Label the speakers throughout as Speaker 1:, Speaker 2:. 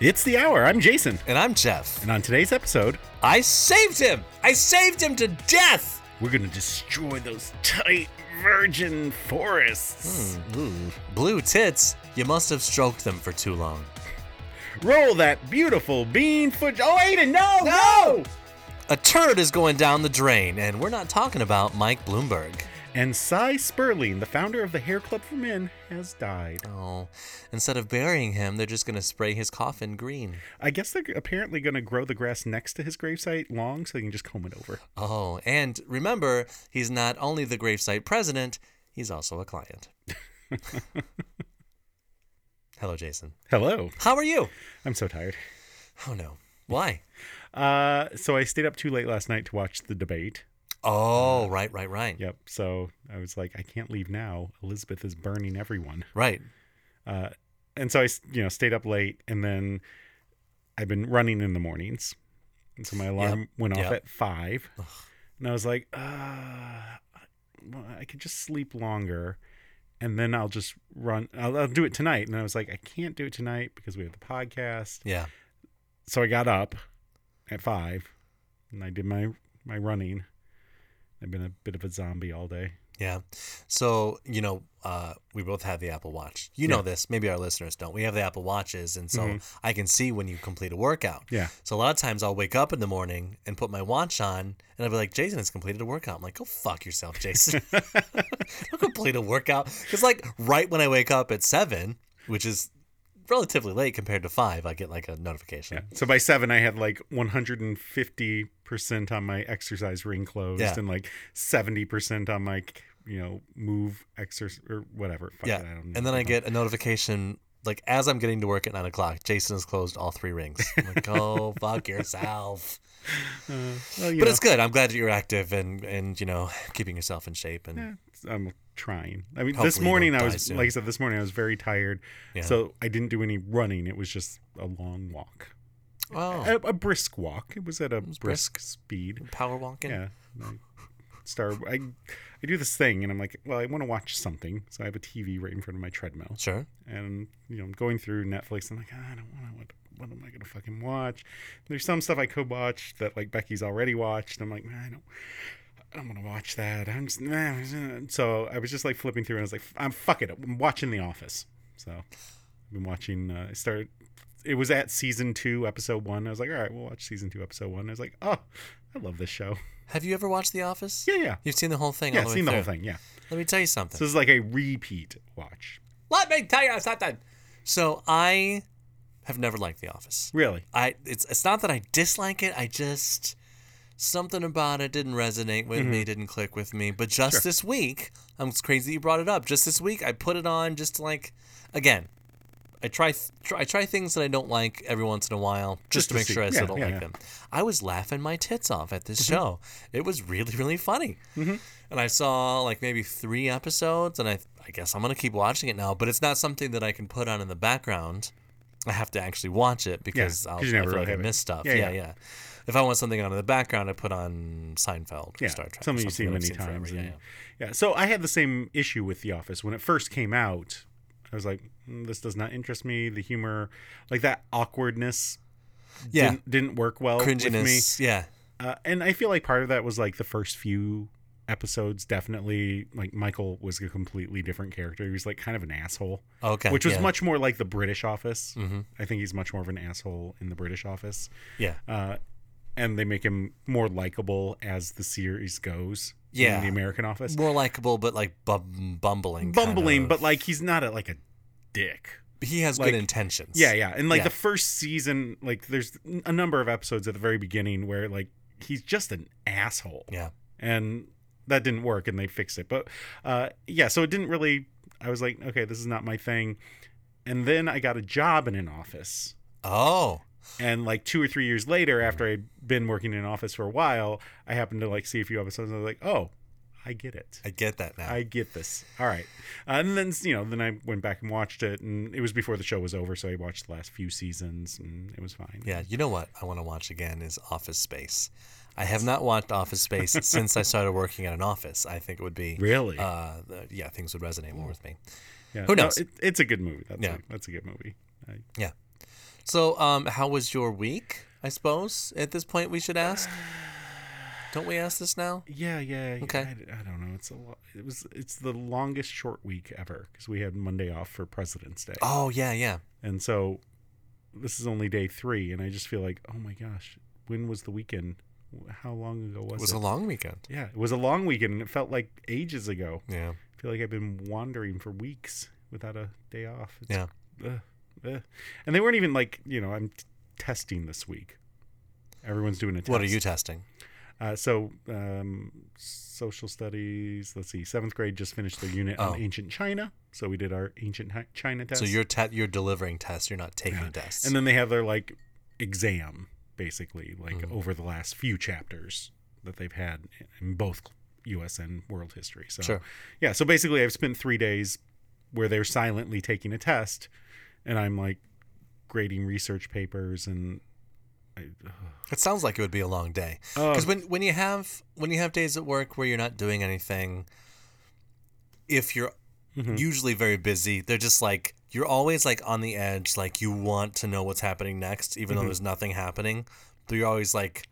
Speaker 1: It's the hour. I'm Jason.
Speaker 2: And I'm Jeff.
Speaker 1: And on today's episode,
Speaker 2: I saved him! I saved him to death!
Speaker 1: we're going to destroy those tight virgin forests.
Speaker 2: Blue tits, you must have stroked them for too long.
Speaker 1: Roll that beautiful bean footage. Oh, Aiden, no, no!
Speaker 2: A turd is going down the drain, and we're not talking about Mike Bloomberg.
Speaker 1: And Cy Sperling, the founder of the Hair Club for Men, has died.
Speaker 2: Oh, instead of burying him, they're just gonna spray his coffin green.
Speaker 1: I guess they're apparently going to grow the grass next to his gravesite long so they can just comb it over.
Speaker 2: Oh, and remember, he's not only the gravesite president, he's also a client. Hello, Jason.
Speaker 1: Hello.
Speaker 2: How are you?
Speaker 1: I'm so tired.
Speaker 2: Oh, no. Why?
Speaker 1: Uh, so I stayed up too late last night to watch the debate.
Speaker 2: Oh, right, right, right.
Speaker 1: Yep. So I was like, I can't leave now. Elizabeth is burning everyone.
Speaker 2: Right.
Speaker 1: Uh, and so I, s- you know, stayed up late, and then I've been running in the mornings, and so my alarm
Speaker 2: Yep,
Speaker 1: went off
Speaker 2: yep.
Speaker 1: at five, and I was like, uh, I- well, I could just sleep longer, and then I'll just run. I'll, I'll do it tonight, and I was like, I can't do it tonight because we have the podcast.
Speaker 2: Yeah.
Speaker 1: So I got up at five, and I did my my running. I've been a bit of a zombie all day.
Speaker 2: Yeah. So, you know, uh, we both have the Apple Watch. You know this. Maybe our listeners don't. We have the Apple Watches. And so I can see when you complete a workout.
Speaker 1: Yeah.
Speaker 2: So a lot of times I'll wake up in the morning and put my watch on and I'll be like, Jason has completed a workout. I'm like, go fuck yourself, Jason. I'll complete a workout. Because, like, right when I wake up at seven, which is relatively late compared to five, I get like a notification.
Speaker 1: So by seven, I had like 150% on my exercise ring closed
Speaker 2: Yeah.
Speaker 1: and like 70% on my, you know, move exercise or whatever. Fuck
Speaker 2: Yeah.
Speaker 1: it, I don't know.
Speaker 2: and then I get a notification like as I'm getting to work at nine o'clock, Jason has closed all three rings. I'm like, go fuck yourself.
Speaker 1: Uh, Well, you
Speaker 2: But
Speaker 1: know,
Speaker 2: it's good. I'm glad that you're active and and you know keeping yourself in shape. And
Speaker 1: I'm trying. I mean, this
Speaker 2: Hopefully you
Speaker 1: morning
Speaker 2: don't
Speaker 1: I
Speaker 2: die
Speaker 1: was,
Speaker 2: soon.
Speaker 1: like I said, this morning I was very tired.
Speaker 2: Yeah.
Speaker 1: So I didn't do any running. It was just a long walk,
Speaker 2: oh,
Speaker 1: a, a brisk walk. It was at a brisk,
Speaker 2: brisk.
Speaker 1: speed.
Speaker 2: power walking.
Speaker 1: Yeah. I Star, I, I do this thing and I'm like, well, I want to watch something. So I have a TV right in front of my treadmill.
Speaker 2: Sure.
Speaker 1: and you know, I'm going through Netflix. I'm like, "Ah, I don't want to. What, what am I going to fucking watch? There's some stuff I could watch that like Becky's already watched. and I'm like, man, I don't. I don't want to watch that. I'm just, nah. so I was just like flipping through, and I was like, I'm fuck it. I'm watching The Office. So I've been watching. Uh, I started. It was at season two, episode one. I was like, all right, we'll watch season two, episode one. I was like, oh, I love this show.
Speaker 2: Have you ever watched The Office?
Speaker 1: Yeah, yeah,
Speaker 2: You've seen the whole thing.
Speaker 1: yeah.
Speaker 2: all the
Speaker 1: Seen
Speaker 2: way
Speaker 1: the whole
Speaker 2: through.
Speaker 1: thing. Yeah.
Speaker 2: Let me tell you something.
Speaker 1: So this is like a repeat watch.
Speaker 2: Let me tell you something. So I have never liked The Office.
Speaker 1: Really?
Speaker 2: I it's it's not that I dislike it. I just something about it didn't resonate with
Speaker 1: Mm-hmm.
Speaker 2: me, didn't click with me. But just this week, I'm it's crazy that you brought it up. Just this week, I put it on just to, like again. I try, th- try I try things that I don't like every once in a while
Speaker 1: Just
Speaker 2: just,
Speaker 1: to
Speaker 2: to make
Speaker 1: see.
Speaker 2: sure I
Speaker 1: Yeah,
Speaker 2: still don't
Speaker 1: yeah, Mm-hmm.
Speaker 2: like
Speaker 1: yeah.
Speaker 2: them. I was laughing my tits off at this show. It was really really funny.
Speaker 1: Mm-hmm.
Speaker 2: And I saw like maybe 3 episodes and I I guess I'm going to keep watching it now, but it's not something that I can put on in the background. I have to actually watch it because I'll,
Speaker 1: 'cause you
Speaker 2: I
Speaker 1: never
Speaker 2: feel
Speaker 1: really
Speaker 2: like I
Speaker 1: have it.
Speaker 2: missed stuff.
Speaker 1: Yeah,
Speaker 2: Yeah
Speaker 1: yeah.
Speaker 2: yeah, If I want something on in the background, I put on Seinfeld or
Speaker 1: yeah,
Speaker 2: Star Trek.
Speaker 1: Something
Speaker 2: or
Speaker 1: you see
Speaker 2: that I've
Speaker 1: many
Speaker 2: seen forever.
Speaker 1: times.
Speaker 2: Yeah,
Speaker 1: and-
Speaker 2: yeah.
Speaker 1: yeah. So I had the same issue with The Office when it first came out. I was like, "Mm, this does not interest me. The humor, like that awkwardness,
Speaker 2: Yeah.
Speaker 1: didn't, didn't work well with me.
Speaker 2: Cringiness. Yeah.
Speaker 1: Uh, and I feel like part of that was like the first few episodes. Definitely, like Michael was a completely different character. He was like kind of an asshole,
Speaker 2: Okay.
Speaker 1: which was
Speaker 2: yeah. Mm-hmm.
Speaker 1: much more like the British Office. I think he's much more of an asshole in the British Office
Speaker 2: Yeah.
Speaker 1: uh, and they make him more likable as the series goes. than
Speaker 2: Yeah.
Speaker 1: in the American Office,
Speaker 2: More likable, but like bum- bumbling. kind
Speaker 1: bumbling,
Speaker 2: of-
Speaker 1: but like he's not a, like a dick.
Speaker 2: he has
Speaker 1: like-
Speaker 2: good intentions.
Speaker 1: Yeah, yeah, and like
Speaker 2: Yeah.
Speaker 1: the first season, like there's a number of episodes at the very beginning where like he's just an asshole,
Speaker 2: Yeah.
Speaker 1: and that didn't work, and they fixed it. But uh, yeah, so it didn't really. I was like, okay, this is not my thing. And then I got a job in an office.
Speaker 2: Oh.
Speaker 1: And like two or three years later, after I'd been working in an office for a while, I happened to like see a few episodes and I was like, oh, I get it.
Speaker 2: I get that now.
Speaker 1: I get this. All right. Uh, and then, you know, then I went back and watched it and it was before the show was over. So I watched the last few seasons and it was fine.
Speaker 2: yeah. You know what I want to watch again is Office Space. I have not watched Office Space since I started working at an office. I think it would be
Speaker 1: Really?
Speaker 2: Uh, the- yeah, things would resonate more with me.
Speaker 1: yeah.
Speaker 2: who knows?
Speaker 1: it, it's a good movie. That's,
Speaker 2: Yeah.
Speaker 1: a, that's a good movie. I,
Speaker 2: Yeah. So, um, how was your week? I suppose at this point we should ask. Don't we ask this now?
Speaker 1: Yeah, yeah. yeah.
Speaker 2: Okay.
Speaker 1: I, I don't know. It's a lo- it was it's the longest short week ever because we had Monday off for President's Day,
Speaker 2: Oh yeah, yeah.
Speaker 1: and so this is only day three, and I just feel like, oh my gosh, when was the weekend? How long ago
Speaker 2: It
Speaker 1: was,
Speaker 2: was
Speaker 1: it?
Speaker 2: a long weekend.
Speaker 1: yeah, it was a long weekend, and it felt like ages ago.
Speaker 2: Yeah.
Speaker 1: I feel like I've been wandering for weeks without a day off. It's,
Speaker 2: Yeah.
Speaker 1: ugh, ugh. And they weren't even like you know I'm t- testing this week. Everyone's doing a test.
Speaker 2: What are you testing?
Speaker 1: Uh, so, um, social studies. Let's see. Seventh grade just finished their unit
Speaker 2: Oh.
Speaker 1: on ancient China, so we did our ancient Hi- China test.
Speaker 2: So you're te- you're delivering tests. You're not taking
Speaker 1: Yeah.
Speaker 2: tests.
Speaker 1: and then they have their like exam, basically, like
Speaker 2: Mhm.
Speaker 1: over the last few chapters that they've had in both U.S. and world history. So,
Speaker 2: Sure.
Speaker 1: yeah. So basically, I've spent three days where they're silently taking a test, and I'm like grading research papers and. I,
Speaker 2: It sounds like it would be a long day.
Speaker 1: oh,
Speaker 2: Because when when you have when you have days at work where you're not doing anything, if you're
Speaker 1: Mhm.
Speaker 2: usually very busy, they're just like you're always like on the edge, like you want to know what's happening next, even
Speaker 1: Mm-hmm.
Speaker 2: though there's nothing happening. But you're always like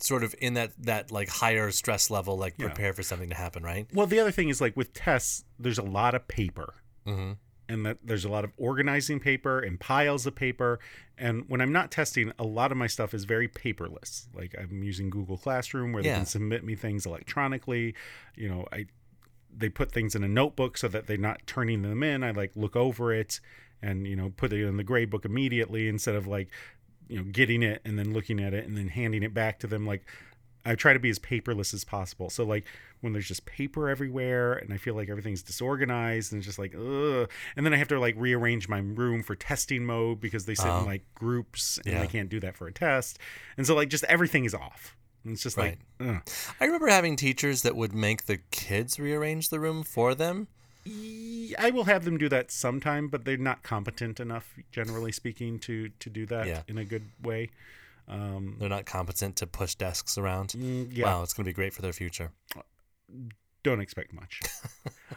Speaker 2: sort of in that that like higher stress level, like
Speaker 1: Yeah.
Speaker 2: prepare for something to happen, right?
Speaker 1: well, the other thing is like with tests, there's a lot of paper.
Speaker 2: Mm-hmm.
Speaker 1: and that there's a lot of organizing paper and piles of paper. And when I'm not testing, a lot of my stuff is very paperless. Like I'm using Google Classroom where they
Speaker 2: Yeah.
Speaker 1: can submit me things electronically. You know, I they put things in a notebook so that they're not turning them in. I like look over it and you know put it in the grade book immediately instead of like you know getting it and then looking at it and then handing it back to them like I try to be as paperless as possible. So like when there's just paper everywhere and I feel like everything's disorganized and it's just like ugh. And then I have to like rearrange my room for testing mode because they sit
Speaker 2: Oh.
Speaker 1: in like groups and
Speaker 2: Yeah.
Speaker 1: I can't do that for a test. And so like just everything is off. And it's just like ugh.
Speaker 2: I remember having teachers that would make the kids rearrange the room for them.
Speaker 1: Y- I will have them do that sometime, but they're not competent enough, generally speaking, to to do that
Speaker 2: Yeah.
Speaker 1: in a good way. Um,
Speaker 2: They're not competent to push desks around.
Speaker 1: mm, yeah,
Speaker 2: Wow, it's going to be great for their future.
Speaker 1: don't expect much.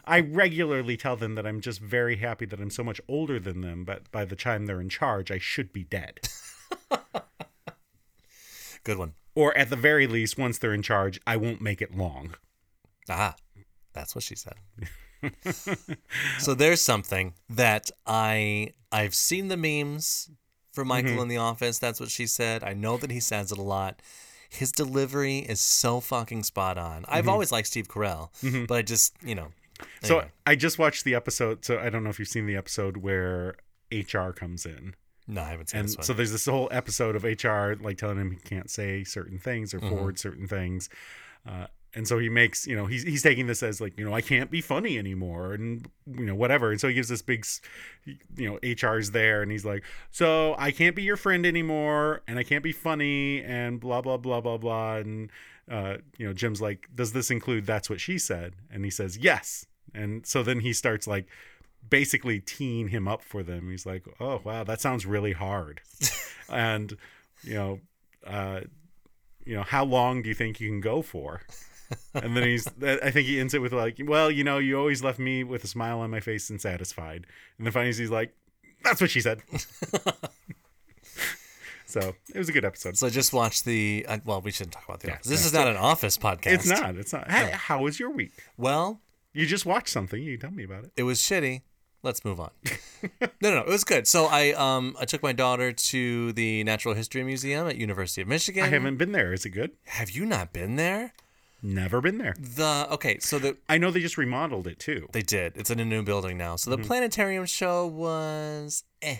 Speaker 1: I regularly tell them that I'm just very happy that I'm so much older than them, but by the time they're in charge, I should be dead.
Speaker 2: Good one.
Speaker 1: Or at the very least, once they're in charge, I won't make it long.
Speaker 2: Ah, that's what she said. so there's something that I I've seen the memes for Michael
Speaker 1: Mm-hmm.
Speaker 2: in the office. That's what she said. I know that he says it a lot. His delivery is so fucking spot on. I've always liked Steve Carell, but I just you know.
Speaker 1: Mm-hmm. So
Speaker 2: anyway.
Speaker 1: I just watched the episode. So I don't know if you've seen the episode where HR comes in.
Speaker 2: no, I haven't seen
Speaker 1: and
Speaker 2: this one.
Speaker 1: so there's this whole episode of HR like telling him he can't say certain things or forward certain things. Uh, and so he makes, you know, he's he's taking this as like, you know, I can't be funny anymore, and you know, whatever. And so he gives this big, s- you know, HR's there, and he's like, so I can't be your friend anymore, and I can't be funny, and blah blah blah blah blah. And uh, you know, Jim's like, does this include that's what she said? And he says yes. And so then he starts like basically teeing him up for them. He's like, "Oh wow, that sounds really hard," and you know, uh, you know, how long do you think you can go for? And then he's, I think he ends it with like, "Well, you know, you always left me with a smile on my face and satisfied." And then finally, he's like, "That's what she said." so it was a good episode.
Speaker 2: So I just watched the. Uh, well, we shouldn't talk about the
Speaker 1: Yeah,
Speaker 2: office. This is not an office podcast.
Speaker 1: It's not. It's not. Hey, how was your week?
Speaker 2: Well,
Speaker 1: You just watched something. You tell me about it.
Speaker 2: it was shitty. Let's move on. no, no, no, it was good. So I um I took my daughter to the Natural History Museum at University of Michigan.
Speaker 1: I haven't been there. Is it good?
Speaker 2: Have you not been there?
Speaker 1: Never been there.
Speaker 2: The okay, so the
Speaker 1: I know they just remodeled it too.
Speaker 2: they did. It's in a new building now. So the
Speaker 1: Mm-hmm.
Speaker 2: planetarium show was eh.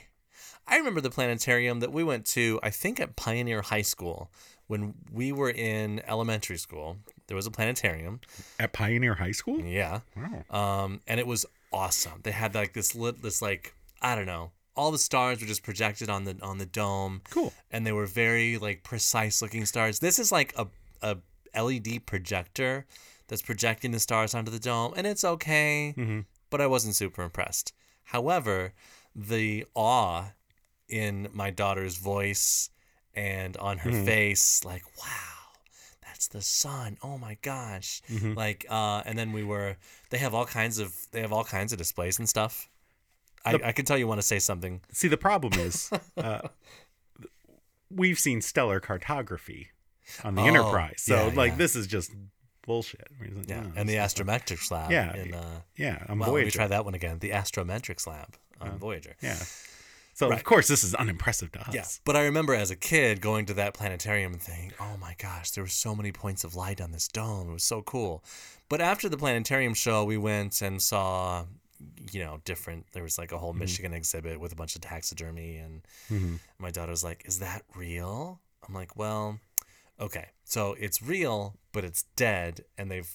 Speaker 2: I remember the planetarium that we went to. I think at Pioneer High School when we were in elementary school. There was a planetarium.
Speaker 1: At Pioneer High School?
Speaker 2: Yeah.
Speaker 1: Wow.
Speaker 2: um, and it was awesome. They had like this lit, this like I don't know, all the stars were just projected on the on the dome,
Speaker 1: Cool.
Speaker 2: and they were very like precise looking stars. This is like a a LED projector that's projecting the stars onto the dome, and it's okay, but I wasn't super impressed. However, the awe in my daughter's voice and on her face, like wow, that's the sun. Oh my gosh. Like uh and then we were they have all kinds of they have all kinds of displays and stuff. I, I can tell you want to say something.
Speaker 1: See, the problem is uh, we've seen stellar cartography on the
Speaker 2: Oh,
Speaker 1: Enterprise. So,
Speaker 2: yeah,
Speaker 1: like,
Speaker 2: yeah.
Speaker 1: this is just bullshit. We're just like,
Speaker 2: Yeah,
Speaker 1: "Oh,
Speaker 2: and the
Speaker 1: this-
Speaker 2: astrometrics lab.
Speaker 1: Yeah,
Speaker 2: in, uh,
Speaker 1: Yeah, on
Speaker 2: well, let me
Speaker 1: Voyager.
Speaker 2: try that one again. The astrometrics lab on Voyager.
Speaker 1: Yeah. So,
Speaker 2: Right.
Speaker 1: of course, this is unimpressive to us.
Speaker 2: Yeah, but I remember as a kid going to that planetarium and thinking, "Oh my gosh, there were so many points of light on this dome. It was so cool." But after the planetarium show, we went and saw, you know, different. There was like a whole Michigan exhibit with a bunch of taxidermy, and
Speaker 1: Mhm.
Speaker 2: my daughter was like, "Is that real?" I'm like, "Well, okay, so it's real, but it's dead, and they've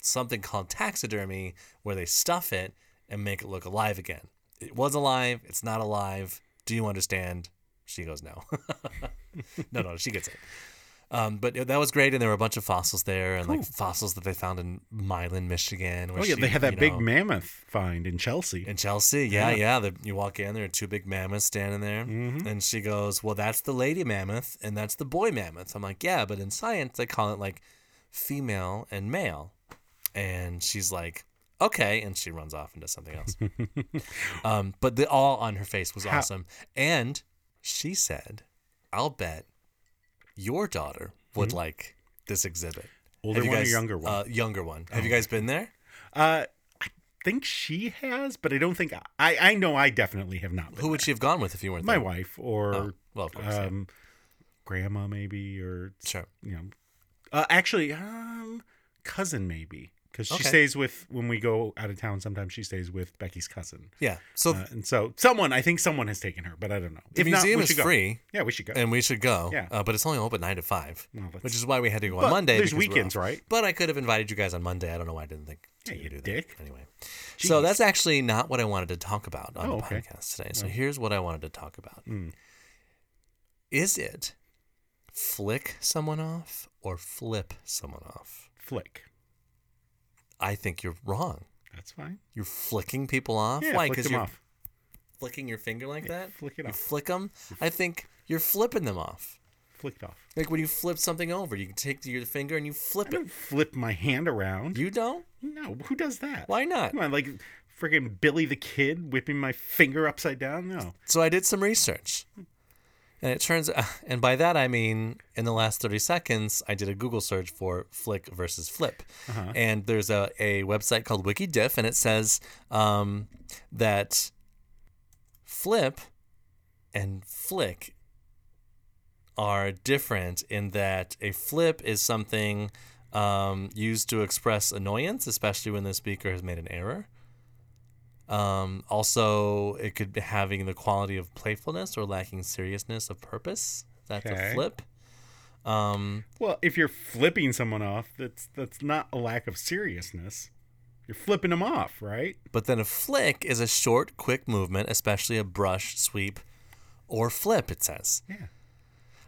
Speaker 2: something called taxidermy where they stuff it and make it look alive again. It was alive, it's not alive. Do you understand? She goes, No. no, no, she gets it. Um, but that was great, and there were a bunch of fossils there, and like fossils that they found in Milan, Michigan.
Speaker 1: Oh,
Speaker 2: which
Speaker 1: yeah.
Speaker 2: she,
Speaker 1: They had that
Speaker 2: you
Speaker 1: big
Speaker 2: know-
Speaker 1: mammoth find in Chelsea.
Speaker 2: in Chelsea, yeah,
Speaker 1: Yeah.
Speaker 2: yeah. the, you walk in, there are two big mammoths standing there.
Speaker 1: Mhm.
Speaker 2: And she goes, Well, that's the lady mammoth and that's the boy mammoth. I'm like, Yeah, but in science, they call it like female and male. And she's like, Okay. And she runs off and does something else. um, but the all on her face was
Speaker 1: How-
Speaker 2: awesome. And she said, I'll bet your daughter would
Speaker 1: Mm-hmm.
Speaker 2: like this exhibit.
Speaker 1: Older
Speaker 2: Have you
Speaker 1: one
Speaker 2: guys-
Speaker 1: or younger one? Oh.
Speaker 2: Uh, younger one. Have you guys been there?
Speaker 1: Uh, I think she has, but I don't think I. I know I definitely have not. Been
Speaker 2: Who would she have gone with if you weren't
Speaker 1: My
Speaker 2: there?
Speaker 1: wife or
Speaker 2: Oh, well, of course. yeah.
Speaker 1: um, grandma maybe or
Speaker 2: Sure.
Speaker 1: you know, uh, actually um, cousin maybe because she
Speaker 2: Okay.
Speaker 1: stays with when we go out of town. Sometimes she stays with Becky's cousin,
Speaker 2: Yeah. So
Speaker 1: uh, and so someone I think someone has taken her, but I don't know.
Speaker 2: Oh. The museum
Speaker 1: we
Speaker 2: is
Speaker 1: should go.
Speaker 2: free,
Speaker 1: Yeah, we should go.
Speaker 2: and we should go.
Speaker 1: Yeah.
Speaker 2: Uh, but it's only open nine to five,
Speaker 1: Well, that's-
Speaker 2: which is why we had to go
Speaker 1: But
Speaker 2: on Monday.
Speaker 1: there's
Speaker 2: because we're
Speaker 1: weekends,
Speaker 2: off.
Speaker 1: right?
Speaker 2: But I could have invited you guys on Monday. I don't know why I didn't think
Speaker 1: Yeah,
Speaker 2: to
Speaker 1: you
Speaker 2: do that.
Speaker 1: dick.
Speaker 2: Anyway, so that's actually not what I wanted to talk about on
Speaker 1: Oh, Hmm.
Speaker 2: the
Speaker 1: okay.
Speaker 2: podcast today. So here's what I wanted to talk about: Is it flick someone off or flip someone off?
Speaker 1: Flick.
Speaker 2: I think you're wrong.
Speaker 1: That's fine.
Speaker 2: You're flicking people off.
Speaker 1: Yeah,
Speaker 2: why?
Speaker 1: flick them
Speaker 2: you're
Speaker 1: off.
Speaker 2: flicking your finger like that.
Speaker 1: flick it
Speaker 2: you
Speaker 1: off.
Speaker 2: flick them. I think you're flipping them off.
Speaker 1: Flicked off.
Speaker 2: Like when you flip something over, you take your finger and you
Speaker 1: I
Speaker 2: flip it.
Speaker 1: don't flip my hand around.
Speaker 2: You don't?
Speaker 1: No, who does that?
Speaker 2: Why not?
Speaker 1: Come on, like freaking Billy the Kid whipping my finger upside down? No.
Speaker 2: So I did some research. And it turns uh, and by that I mean in the last 30 seconds I did a Google search for flick versus flip.
Speaker 1: Uh-huh.
Speaker 2: And there's a, a website called WikiDiff and it says um, that flip and flick are different in that a flip is something um, used to express annoyance, especially when the speaker has made an error. Um, also, it could be having the quality of playfulness or lacking seriousness of purpose. That's
Speaker 1: Okay.
Speaker 2: a flip. Um,
Speaker 1: Well, if you're flipping someone off, that's that's not a lack of seriousness. You're flipping them off, right?
Speaker 2: But then a flick is a short, quick movement, especially a brush, sweep, or flip, it says.
Speaker 1: Yeah.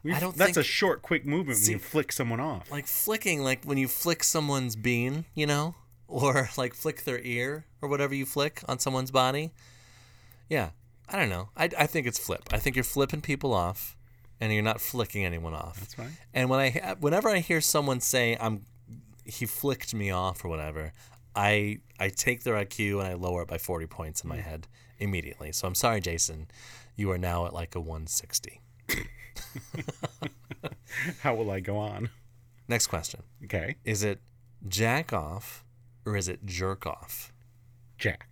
Speaker 1: We-
Speaker 2: I don't
Speaker 1: That's
Speaker 2: think-
Speaker 1: a short, quick movement
Speaker 2: See-
Speaker 1: when you flick someone off.
Speaker 2: Like flicking, like when you flick someone's bean, you know? Or like flick their ear or whatever you flick on someone's body. Yeah. I don't know. I, I think it's flip. I think you're flipping people off and you're not flicking anyone off.
Speaker 1: that's fine.
Speaker 2: And when I ha- whenever I hear someone say I'm he flicked me off or whatever, I I take their IQ and I lower it by 40 points in my head immediately. So I'm sorry Jason, you are now at like a 160.
Speaker 1: How will I go on?
Speaker 2: Next question.
Speaker 1: Okay.
Speaker 2: Is it jack off or is it jerk off?
Speaker 1: Jack.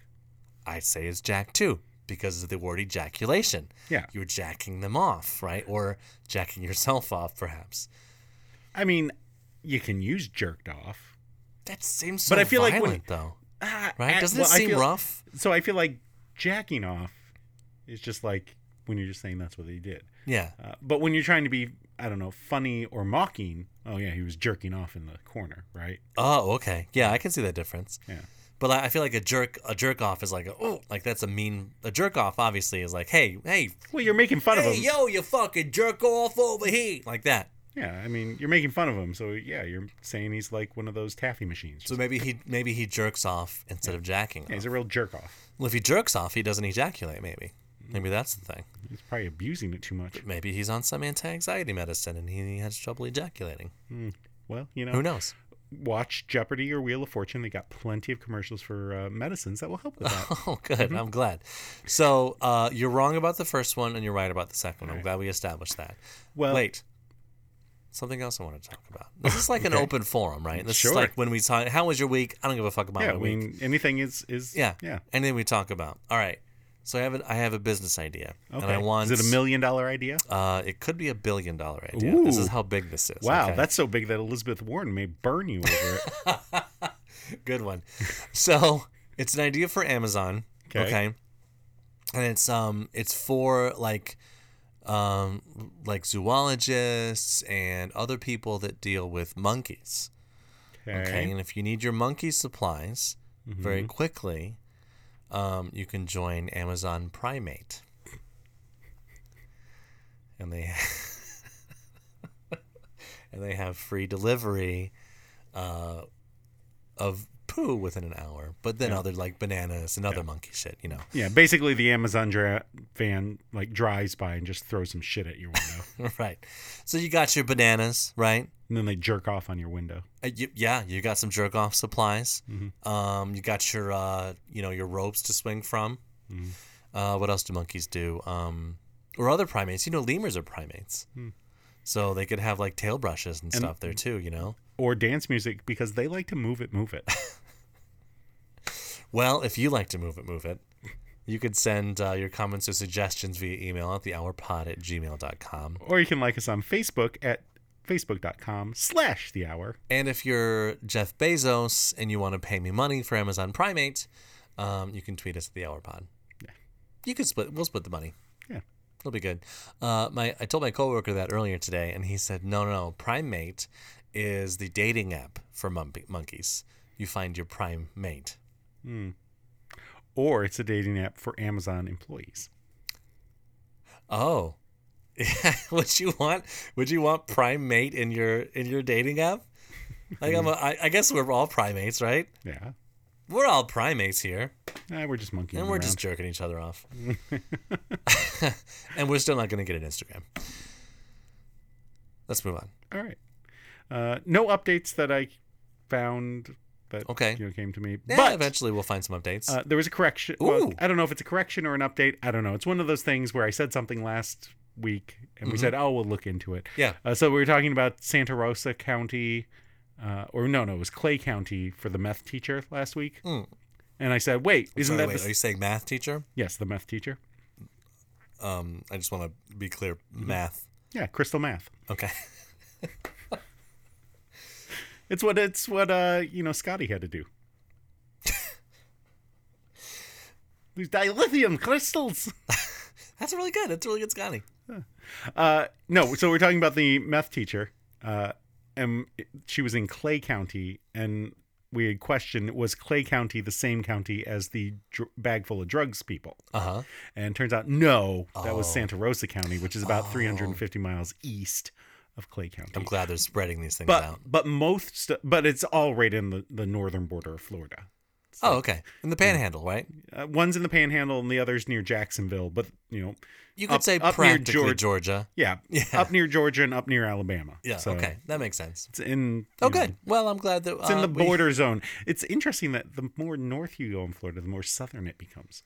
Speaker 2: I say it's jack too because of the word ejaculation.
Speaker 1: Yeah.
Speaker 2: You're jacking them off, right? Or jacking yourself off perhaps.
Speaker 1: I mean, you can use jerked off.
Speaker 2: That seems so
Speaker 1: But I feel like when-
Speaker 2: violent though.
Speaker 1: Ah,
Speaker 2: Right?
Speaker 1: I-
Speaker 2: Doesn't
Speaker 1: well,
Speaker 2: it
Speaker 1: I
Speaker 2: seem
Speaker 1: feel-
Speaker 2: rough?
Speaker 1: So I feel like jacking off is just like when you're just saying that's what they did.
Speaker 2: Yeah.
Speaker 1: Uh, but when you're trying to be, I don't know, funny or mocking, oh yeah, he was jerking off in the corner, right?
Speaker 2: Oh, okay. Yeah, I can see that difference.
Speaker 1: Yeah.
Speaker 2: But I I feel like a jerk a jerk off is like a, oh like that's a mean a jerk off obviously is like hey hey
Speaker 1: Well, you're making fun of
Speaker 2: hey
Speaker 1: him.
Speaker 2: yo you fucking jerk off over here like that.
Speaker 1: Yeah, I mean, you're making fun of him, so yeah, you're saying he's like one of those taffy machines.
Speaker 2: So maybe he maybe he jerks off instead of jacking.
Speaker 1: yeah,
Speaker 2: off.
Speaker 1: he's a real jerk off.
Speaker 2: Well, if he jerks off, he doesn't ejaculate. Maybe maybe that's the thing.
Speaker 1: He's probably abusing it too much.
Speaker 2: Maybe he's on some anti anxiety medicine and he has trouble ejaculating.
Speaker 1: Well, you know,
Speaker 2: Who knows?
Speaker 1: watch Jeopardy or Wheel of Fortune. They got plenty of commercials for uh, medicines that will help with that.
Speaker 2: Oh, good.
Speaker 1: Mm-hmm.
Speaker 2: I'm glad. So uh, you're wrong about the first one, and you're right about the second one. I'm glad we established that.
Speaker 1: Well,
Speaker 2: Wait, something else I want to talk about. This is like an open forum, right? This
Speaker 1: Sure.
Speaker 2: is like when we talk. How was your week? I don't give a fuck about
Speaker 1: yeah,
Speaker 2: my
Speaker 1: I
Speaker 2: week.
Speaker 1: mean, anything is is
Speaker 2: yeah,
Speaker 1: yeah.
Speaker 2: Anything we talk about. All right. So I have a, I have a business idea, and
Speaker 1: Okay,
Speaker 2: I want
Speaker 1: is it a million dollar idea?
Speaker 2: Uh, it could be a billion dollar idea. This
Speaker 1: Ooh.
Speaker 2: is how big this is.
Speaker 1: Wow,
Speaker 2: okay?
Speaker 1: that's so big that Elizabeth Warren may burn you over it.
Speaker 2: Good one. So it's an idea for Amazon.
Speaker 1: Okay.
Speaker 2: Okay. And it's um it's for like um like zoologists and other people that deal with monkeys.
Speaker 1: Okay.
Speaker 2: Okay. And if you need your monkey supplies very quickly, um, you can join Amazon Primate. And they and they have free delivery uh, of poo within an hour, but then other like bananas and other monkey shit, you know.
Speaker 1: Yeah, basically the Amazon dra- van like drives by and just throws some shit at your window,
Speaker 2: right. So you got your bananas, right?
Speaker 1: and then they jerk off on your window.
Speaker 2: Uh, you, yeah, you got some jerk off supplies. Um, you got your uh, you know your ropes to swing from. Uh, what else do monkeys do? Um, or other primates? You know, lemurs are primates, so they could have like tail brushes and, stuff there too. You know.
Speaker 1: Or dance music because they like to move it, move it.
Speaker 2: Well, if you like to move it, move it. You could send uh, your comments or suggestions via email at thehourpod at gmail.com.
Speaker 1: or you can like us on Facebook at facebook.com slash the hour.
Speaker 2: And if you're Jeff Bezos and you want to pay me money for Amazon Primate, um, you can tweet us at the Hour Pod. You could split. We'll split the money.
Speaker 1: Yeah.
Speaker 2: It'll be good. Uh, my I told my coworker that earlier today, and he said, "No, no, no. Primate is the dating app for monkey monkeys. You find your prime mate.
Speaker 1: Hmm. Or it's a dating app for Amazon employees.
Speaker 2: Oh, would you want? Would you want primate in your in your dating app? Like I'm a, I, I guess we're all primates, right?
Speaker 1: Yeah.
Speaker 2: We're all primates here.
Speaker 1: Nah, we're just monkeying
Speaker 2: And
Speaker 1: around.
Speaker 2: we're just jerking each other off. and we're still not going to get an Instagram. Let's move on.
Speaker 1: All right. Uh, no updates that I found that
Speaker 2: Okay.
Speaker 1: you know, came to me.
Speaker 2: Yeah,
Speaker 1: but
Speaker 2: eventually we'll find some updates.
Speaker 1: Uh, there was a correction. Well,
Speaker 2: Ooh.
Speaker 1: I don't know if it's a correction or an update. I don't know. It's one of those things where I said something last week and
Speaker 2: Mm-hmm.
Speaker 1: we said, oh, we'll look into it.
Speaker 2: yeah.
Speaker 1: Uh, so we were talking about Santa Rosa County, uh, or no, no, it was Clay County for the meth teacher last week.
Speaker 2: Mm.
Speaker 1: And I said, wait, isn't
Speaker 2: Sorry,
Speaker 1: that
Speaker 2: wait,
Speaker 1: the.
Speaker 2: are you saying math teacher?
Speaker 1: yes, the meth teacher.
Speaker 2: Um, I just want to be clear.
Speaker 1: Mm-hmm.
Speaker 2: Math.
Speaker 1: Yeah, crystal math.
Speaker 2: Okay.
Speaker 1: It's what it's what uh you know Scotty had to do. These dilithium crystals.
Speaker 2: That's really good. That's really good, Scotty.
Speaker 1: Uh, no, so we're talking about the meth teacher, uh, and it- she was in Clay County, and we had questioned was Clay County the same county as the dr- bag full of drugs people?
Speaker 2: Uh huh.
Speaker 1: And turns out no, that was
Speaker 2: Oh.
Speaker 1: Santa Rosa County, which is about 350 miles east of Clay County.
Speaker 2: I'm glad they're spreading these things
Speaker 1: but
Speaker 2: out.
Speaker 1: but most st- but it's all right in the, the northern border of Florida.
Speaker 2: Oh, okay. In the panhandle, right?
Speaker 1: Uh, one's in the Panhandle and the other's near Jacksonville, but you know,
Speaker 2: You could
Speaker 1: Up-
Speaker 2: say
Speaker 1: up near
Speaker 2: practically
Speaker 1: Geor-
Speaker 2: Georgia.
Speaker 1: yeah,
Speaker 2: Yeah.
Speaker 1: up near Georgia and up near Alabama.
Speaker 2: Yeah.
Speaker 1: So
Speaker 2: okay. That makes sense.
Speaker 1: It's in
Speaker 2: Oh,
Speaker 1: you know,
Speaker 2: good. Well, I'm glad that
Speaker 1: It's in
Speaker 2: uh,
Speaker 1: the
Speaker 2: we-
Speaker 1: border zone. It's interesting that the more north you go in Florida, the more southern it becomes.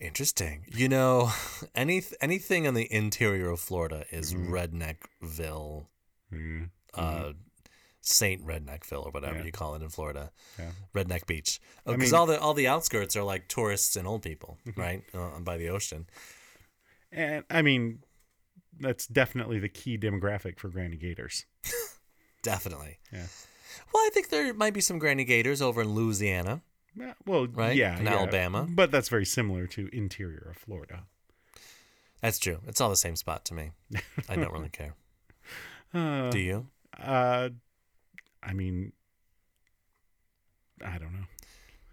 Speaker 2: Interesting. You know, any anything in the interior of Florida is
Speaker 1: Mm-hmm.
Speaker 2: Redneckville, uh, Saint Redneckville, or whatever
Speaker 1: Yeah.
Speaker 2: you call it in Florida,
Speaker 1: Yeah.
Speaker 2: Redneck Beach. Because
Speaker 1: mean-
Speaker 2: all the all the outskirts are like tourists and old people, right? Uh, by the ocean.
Speaker 1: And I mean, that's definitely the key demographic for Granny Gators.
Speaker 2: Definitely.
Speaker 1: Yeah.
Speaker 2: Well, I think there might be some Granny Gators over in Louisiana.
Speaker 1: Yeah, Well,
Speaker 2: Right?
Speaker 1: yeah,
Speaker 2: In
Speaker 1: yeah.
Speaker 2: Alabama.
Speaker 1: but that's very similar to interior of Florida.
Speaker 2: That's true. It's all the same spot to me. I don't really care.
Speaker 1: Uh,
Speaker 2: Do you?
Speaker 1: uh, I mean, I don't know.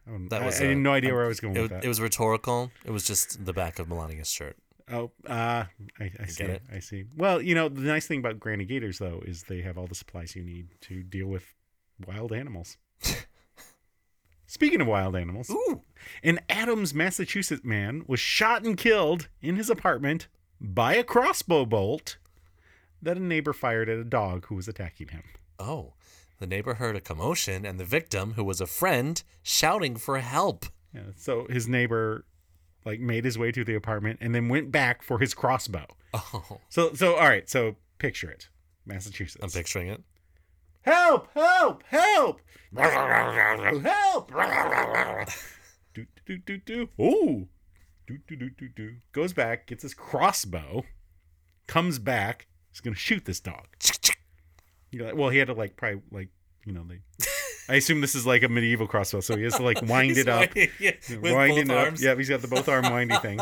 Speaker 1: I, don't,
Speaker 2: That
Speaker 1: I-
Speaker 2: was
Speaker 1: I, had
Speaker 2: a-
Speaker 1: no idea
Speaker 2: I'm-
Speaker 1: where I was going
Speaker 2: It,
Speaker 1: with
Speaker 2: wa-
Speaker 1: that.
Speaker 2: it was rhetorical. It was just the back of Melania's shirt.
Speaker 1: Oh, uh, I, I see.
Speaker 2: it?
Speaker 1: I see. Well, you know, the nice thing about Granny Gators, though, is they have all the supplies you need to deal with wild animals. Speaking of wild animals,
Speaker 2: Ooh.
Speaker 1: an Adams, Massachusetts man was shot and killed in his apartment by a crossbow bolt that a neighbor fired at a dog who was attacking him.
Speaker 2: Oh, The neighbor heard a commotion and the victim, who was a friend, shouting for help.
Speaker 1: Yeah, so his neighbor like made his way to the apartment and then went back for his crossbow.
Speaker 2: Oh,
Speaker 1: So so all right, so picture it. Massachusetts.
Speaker 2: I'm picturing it.
Speaker 1: help, help, help. help. do do do do. do. Ooh. Do do do do do. Goes back, gets his crossbow, comes back, is going to shoot this dog. You're like, well, he had to like probably like, you know, they I assume this is like a medieval crossbow, so he has to like wind
Speaker 2: He's
Speaker 1: it up.
Speaker 2: winding- yeah, with
Speaker 1: winding
Speaker 2: both
Speaker 1: it
Speaker 2: arms.
Speaker 1: up. Yeah, he's got the both arm windy thing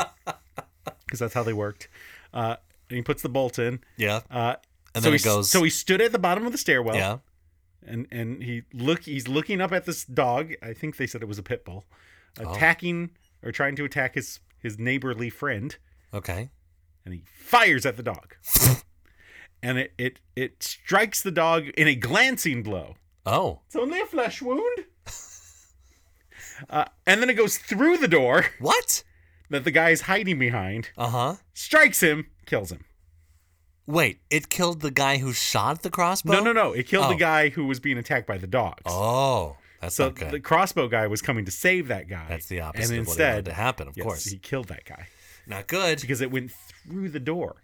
Speaker 1: because that's how they worked. Uh, and he puts the bolt in.
Speaker 2: Yeah.
Speaker 1: Uh, so
Speaker 2: And then
Speaker 1: he
Speaker 2: it goes.
Speaker 1: So he stood at the bottom of the stairwell.
Speaker 2: yeah.
Speaker 1: And and he look he's looking up at this dog. I think they said it was a pit bull,
Speaker 2: Oh.
Speaker 1: attacking or trying to attack his his neighborly friend.
Speaker 2: Okay.
Speaker 1: And he fires at the dog. and it, it it strikes the dog in a glancing blow.
Speaker 2: Oh,
Speaker 1: It's only a flesh wound. Uh, and then it goes through the door
Speaker 2: what?
Speaker 1: that the guy is hiding behind,
Speaker 2: Uh huh.
Speaker 1: strikes him, kills him.
Speaker 2: Wait, it killed the guy who shot the crossbow.
Speaker 1: no, no, no. It killed the
Speaker 2: Oh.
Speaker 1: guy who was being attacked by the dogs.
Speaker 2: Oh, that's
Speaker 1: so
Speaker 2: not good.
Speaker 1: the crossbow guy was coming to save that guy.
Speaker 2: that's the opposite
Speaker 1: And
Speaker 2: of what he
Speaker 1: instead,
Speaker 2: wanted to happen. Of
Speaker 1: yes,
Speaker 2: course,
Speaker 1: he killed that guy
Speaker 2: not good.
Speaker 1: because it went through the door.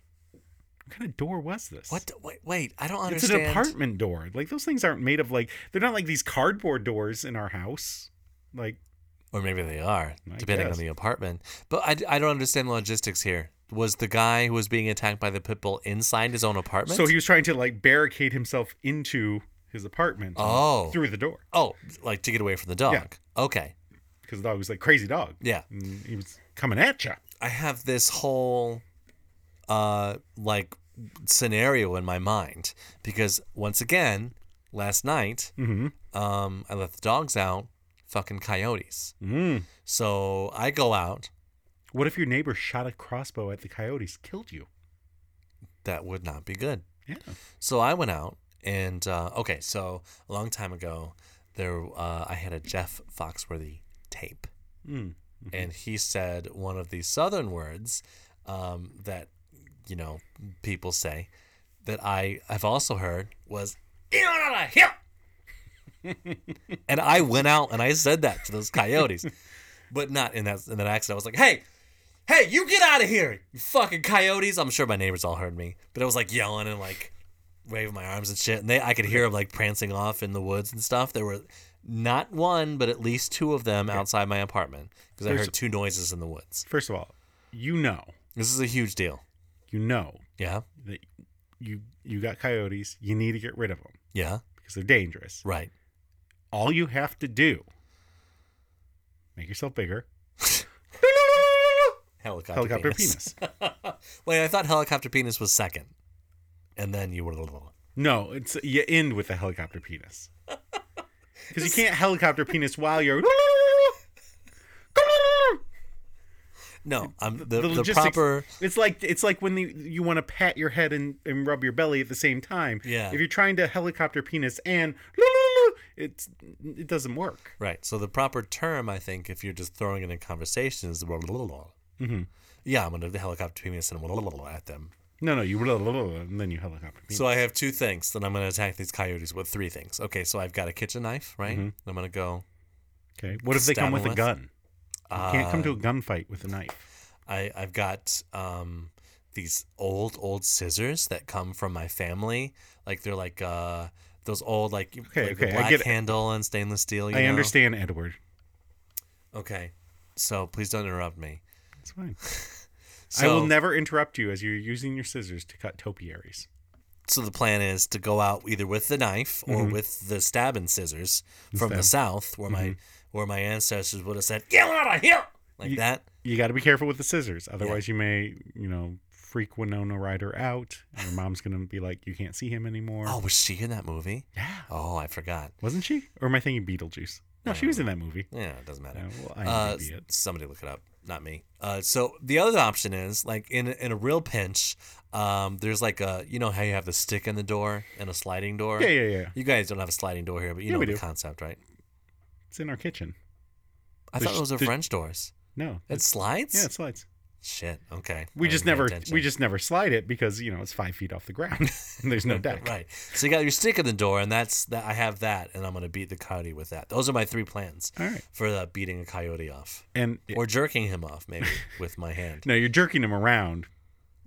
Speaker 1: What kind of door was this?
Speaker 2: What? the- Wait, wait. I don't
Speaker 1: It's
Speaker 2: understand.
Speaker 1: an apartment door. Like those things aren't made of like they're not like these cardboard doors in our house. Like
Speaker 2: Or maybe they are,
Speaker 1: I
Speaker 2: depending
Speaker 1: guess.
Speaker 2: on the apartment. But I, I don't understand the logistics here. Was the guy who was being attacked by the pit bull inside his own apartment?
Speaker 1: so he was trying to like barricade himself into his apartment and
Speaker 2: Oh.
Speaker 1: through the door
Speaker 2: oh, like to get away from the dog. Okay.
Speaker 1: because the dog was like crazy dog.
Speaker 2: Yeah.
Speaker 1: And he was coming at you.
Speaker 2: I have this whole uh like scenario in my mind because once again, last night,
Speaker 1: Mm-hmm.
Speaker 2: um I let the dogs out, fucking coyotes.
Speaker 1: Mm.
Speaker 2: So I go out,
Speaker 1: What if your neighbor shot a crossbow at the coyotes, killed you?
Speaker 2: that would not be good.
Speaker 1: Yeah.
Speaker 2: So I went out and uh, okay, so a long time ago, there uh, I had a Jeff Foxworthy tape,
Speaker 1: Mm.
Speaker 2: and he said one of these Southern words um, that you know people say that I have also heard was "Ear on a hip," and I went out and I said that to those coyotes, but not in that in that accent. I was like, "Hey." Hey, you get out of here, you fucking coyotes! I'm sure my neighbors all heard me, but I was like yelling and like waving my arms and shit, and they I could hear them like prancing off in the woods and stuff. There were not one, but at least two of them outside my apartment because I
Speaker 1: There's-
Speaker 2: heard two noises in the woods.
Speaker 1: First of all, you know,
Speaker 2: This is a huge deal.
Speaker 1: you know
Speaker 2: Yeah,
Speaker 1: that you you got coyotes. You need to get rid of them
Speaker 2: yeah,
Speaker 1: because they're dangerous.
Speaker 2: right.
Speaker 1: All you have to do, make yourself bigger.
Speaker 2: Helicopter,
Speaker 1: Helicopter
Speaker 2: penis.
Speaker 1: penis.
Speaker 2: Wait, I thought helicopter penis was second, and then you were
Speaker 1: No, it's you end with a helicopter penis. Because you can't helicopter penis while you're.
Speaker 2: no. I'm the,
Speaker 1: The
Speaker 2: the,
Speaker 1: logistics-
Speaker 2: proper
Speaker 1: It's like it's like when the, you want to pat your head and, and rub your belly at the same time.
Speaker 2: Yeah.
Speaker 1: If you're trying to helicopter penis and it's it doesn't work.
Speaker 2: right. So the proper term, I think, if you're just throwing it in conversation, is
Speaker 1: Mhm.
Speaker 2: Yeah, I'm gonna helicopter penis and at them.
Speaker 1: No, no, you and then you helicopter penis.
Speaker 2: So I have two things. Then I'm going to attack these coyotes with three things. Okay, so I've got a kitchen knife, right?
Speaker 1: Mm-hmm.
Speaker 2: I'm going to go.
Speaker 1: okay. What if they come
Speaker 2: Stab 'em
Speaker 1: with a
Speaker 2: with-
Speaker 1: gun? You
Speaker 2: Uh,
Speaker 1: can't come to a gunfight with a knife.
Speaker 2: I I've got um these old old scissors that come from my family. Like they're like uh those old like,
Speaker 1: Okay,
Speaker 2: like the
Speaker 1: okay, I
Speaker 2: black
Speaker 1: get it.
Speaker 2: handle and stainless steel. You
Speaker 1: I
Speaker 2: know?
Speaker 1: understand, Edward.
Speaker 2: Okay, so please don't interrupt me.
Speaker 1: It's fine.
Speaker 2: So,
Speaker 1: I will never interrupt you as you're using your scissors to cut topiaries.
Speaker 2: so the plan is to go out either with the knife or
Speaker 1: Mm-hmm.
Speaker 2: with the stabbing scissors from the south, where my
Speaker 1: Mm-hmm.
Speaker 2: where my ancestors would have said "get out of here" like
Speaker 1: You-
Speaker 2: that.
Speaker 1: you got to be careful with the scissors otherwise you may you know freak winona ryder out and your mom's gonna be like you can't see him anymore
Speaker 2: Oh, was she in that movie?
Speaker 1: yeah
Speaker 2: Oh, I forgot.
Speaker 1: wasn't she or am i thinking beetlejuice no she was in that movie
Speaker 2: Yeah, it doesn't matter.
Speaker 1: no, well,
Speaker 2: Uh,
Speaker 1: IMDb it.
Speaker 2: somebody look it up, not me. Uh, so the other option is like in a, in a real pinch, um, there's like a you know how you have the stick in the door and a sliding door.
Speaker 1: yeah yeah yeah
Speaker 2: You guys don't have a sliding door here, but you
Speaker 1: Yeah,
Speaker 2: know
Speaker 1: we
Speaker 2: the
Speaker 1: do.
Speaker 2: concept, right?
Speaker 1: it's in our kitchen
Speaker 2: I
Speaker 1: There's-
Speaker 2: thought those were
Speaker 1: there's-
Speaker 2: French doors.
Speaker 1: no
Speaker 2: It slides.
Speaker 1: yeah it slides
Speaker 2: Shit. Okay.
Speaker 1: We
Speaker 2: I
Speaker 1: just
Speaker 2: didn't pay
Speaker 1: never
Speaker 2: attention.
Speaker 1: we just never slide it because you know it's five feet off the ground and there's no deck.
Speaker 2: right. So you got your stick in the door, and that's that. I have that, and I'm gonna beat the coyote with that. Those are my three plans
Speaker 1: All right.
Speaker 2: for uh, beating a coyote off,
Speaker 1: And
Speaker 2: or jerking him off maybe with my hand
Speaker 1: no, you're jerking him around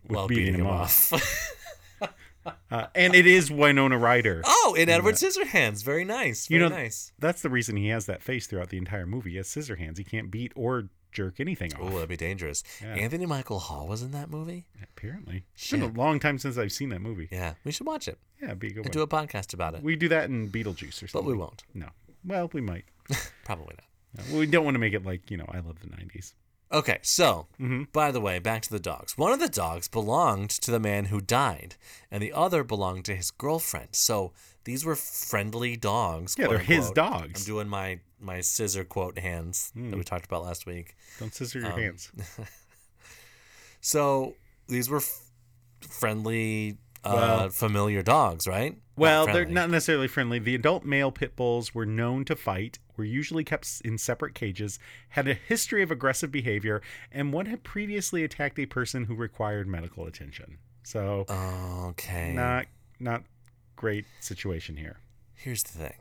Speaker 1: with
Speaker 2: while
Speaker 1: beating, him off. Uh, and it is Winona Ryder.
Speaker 2: oh, in Edward Scissorhands. Very nice.
Speaker 1: You
Speaker 2: Very
Speaker 1: know-
Speaker 2: nice.
Speaker 1: That's the reason he has that face throughout the entire movie. He has scissor hands. He can't beat or jerk anything
Speaker 2: Oh,
Speaker 1: off.
Speaker 2: that'd be dangerous.
Speaker 1: Yeah.
Speaker 2: Anthony Michael Hall was in that movie.
Speaker 1: Apparently, it's been a long time since I've seen that movie.
Speaker 2: Yeah, we should watch it
Speaker 1: Yeah, it'd be a good
Speaker 2: and
Speaker 1: one.
Speaker 2: do a podcast about it,
Speaker 1: we do that in Beetlejuice or something.
Speaker 2: but we won't.
Speaker 1: No. Well, we might.
Speaker 2: Probably not.
Speaker 1: No, we don't want to make it like you know. I love the '90s.
Speaker 2: Okay, so
Speaker 1: Mhm.
Speaker 2: by the way, back to the dogs. One of the dogs belonged to the man who died, and the other belonged to his girlfriend. So these were friendly dogs.
Speaker 1: Yeah, they're
Speaker 2: quote
Speaker 1: his
Speaker 2: unquote. I'm
Speaker 1: dogs. Hmm.
Speaker 2: doing my my scissor quote hands that we talked about last week.
Speaker 1: Don't scissor
Speaker 2: Um,
Speaker 1: your hands.
Speaker 2: So these were f- friendly, uh,
Speaker 1: Well-
Speaker 2: familiar dogs, right? Not
Speaker 1: Well, they're
Speaker 2: friendly.
Speaker 1: not necessarily friendly. The adult male pit bulls were known to fight, were usually kept s- in separate cages, had a history of aggressive behavior, and one had previously attacked a person who required medical attention. So,
Speaker 2: Okay.
Speaker 1: not not great situation here.
Speaker 2: Here's the thing.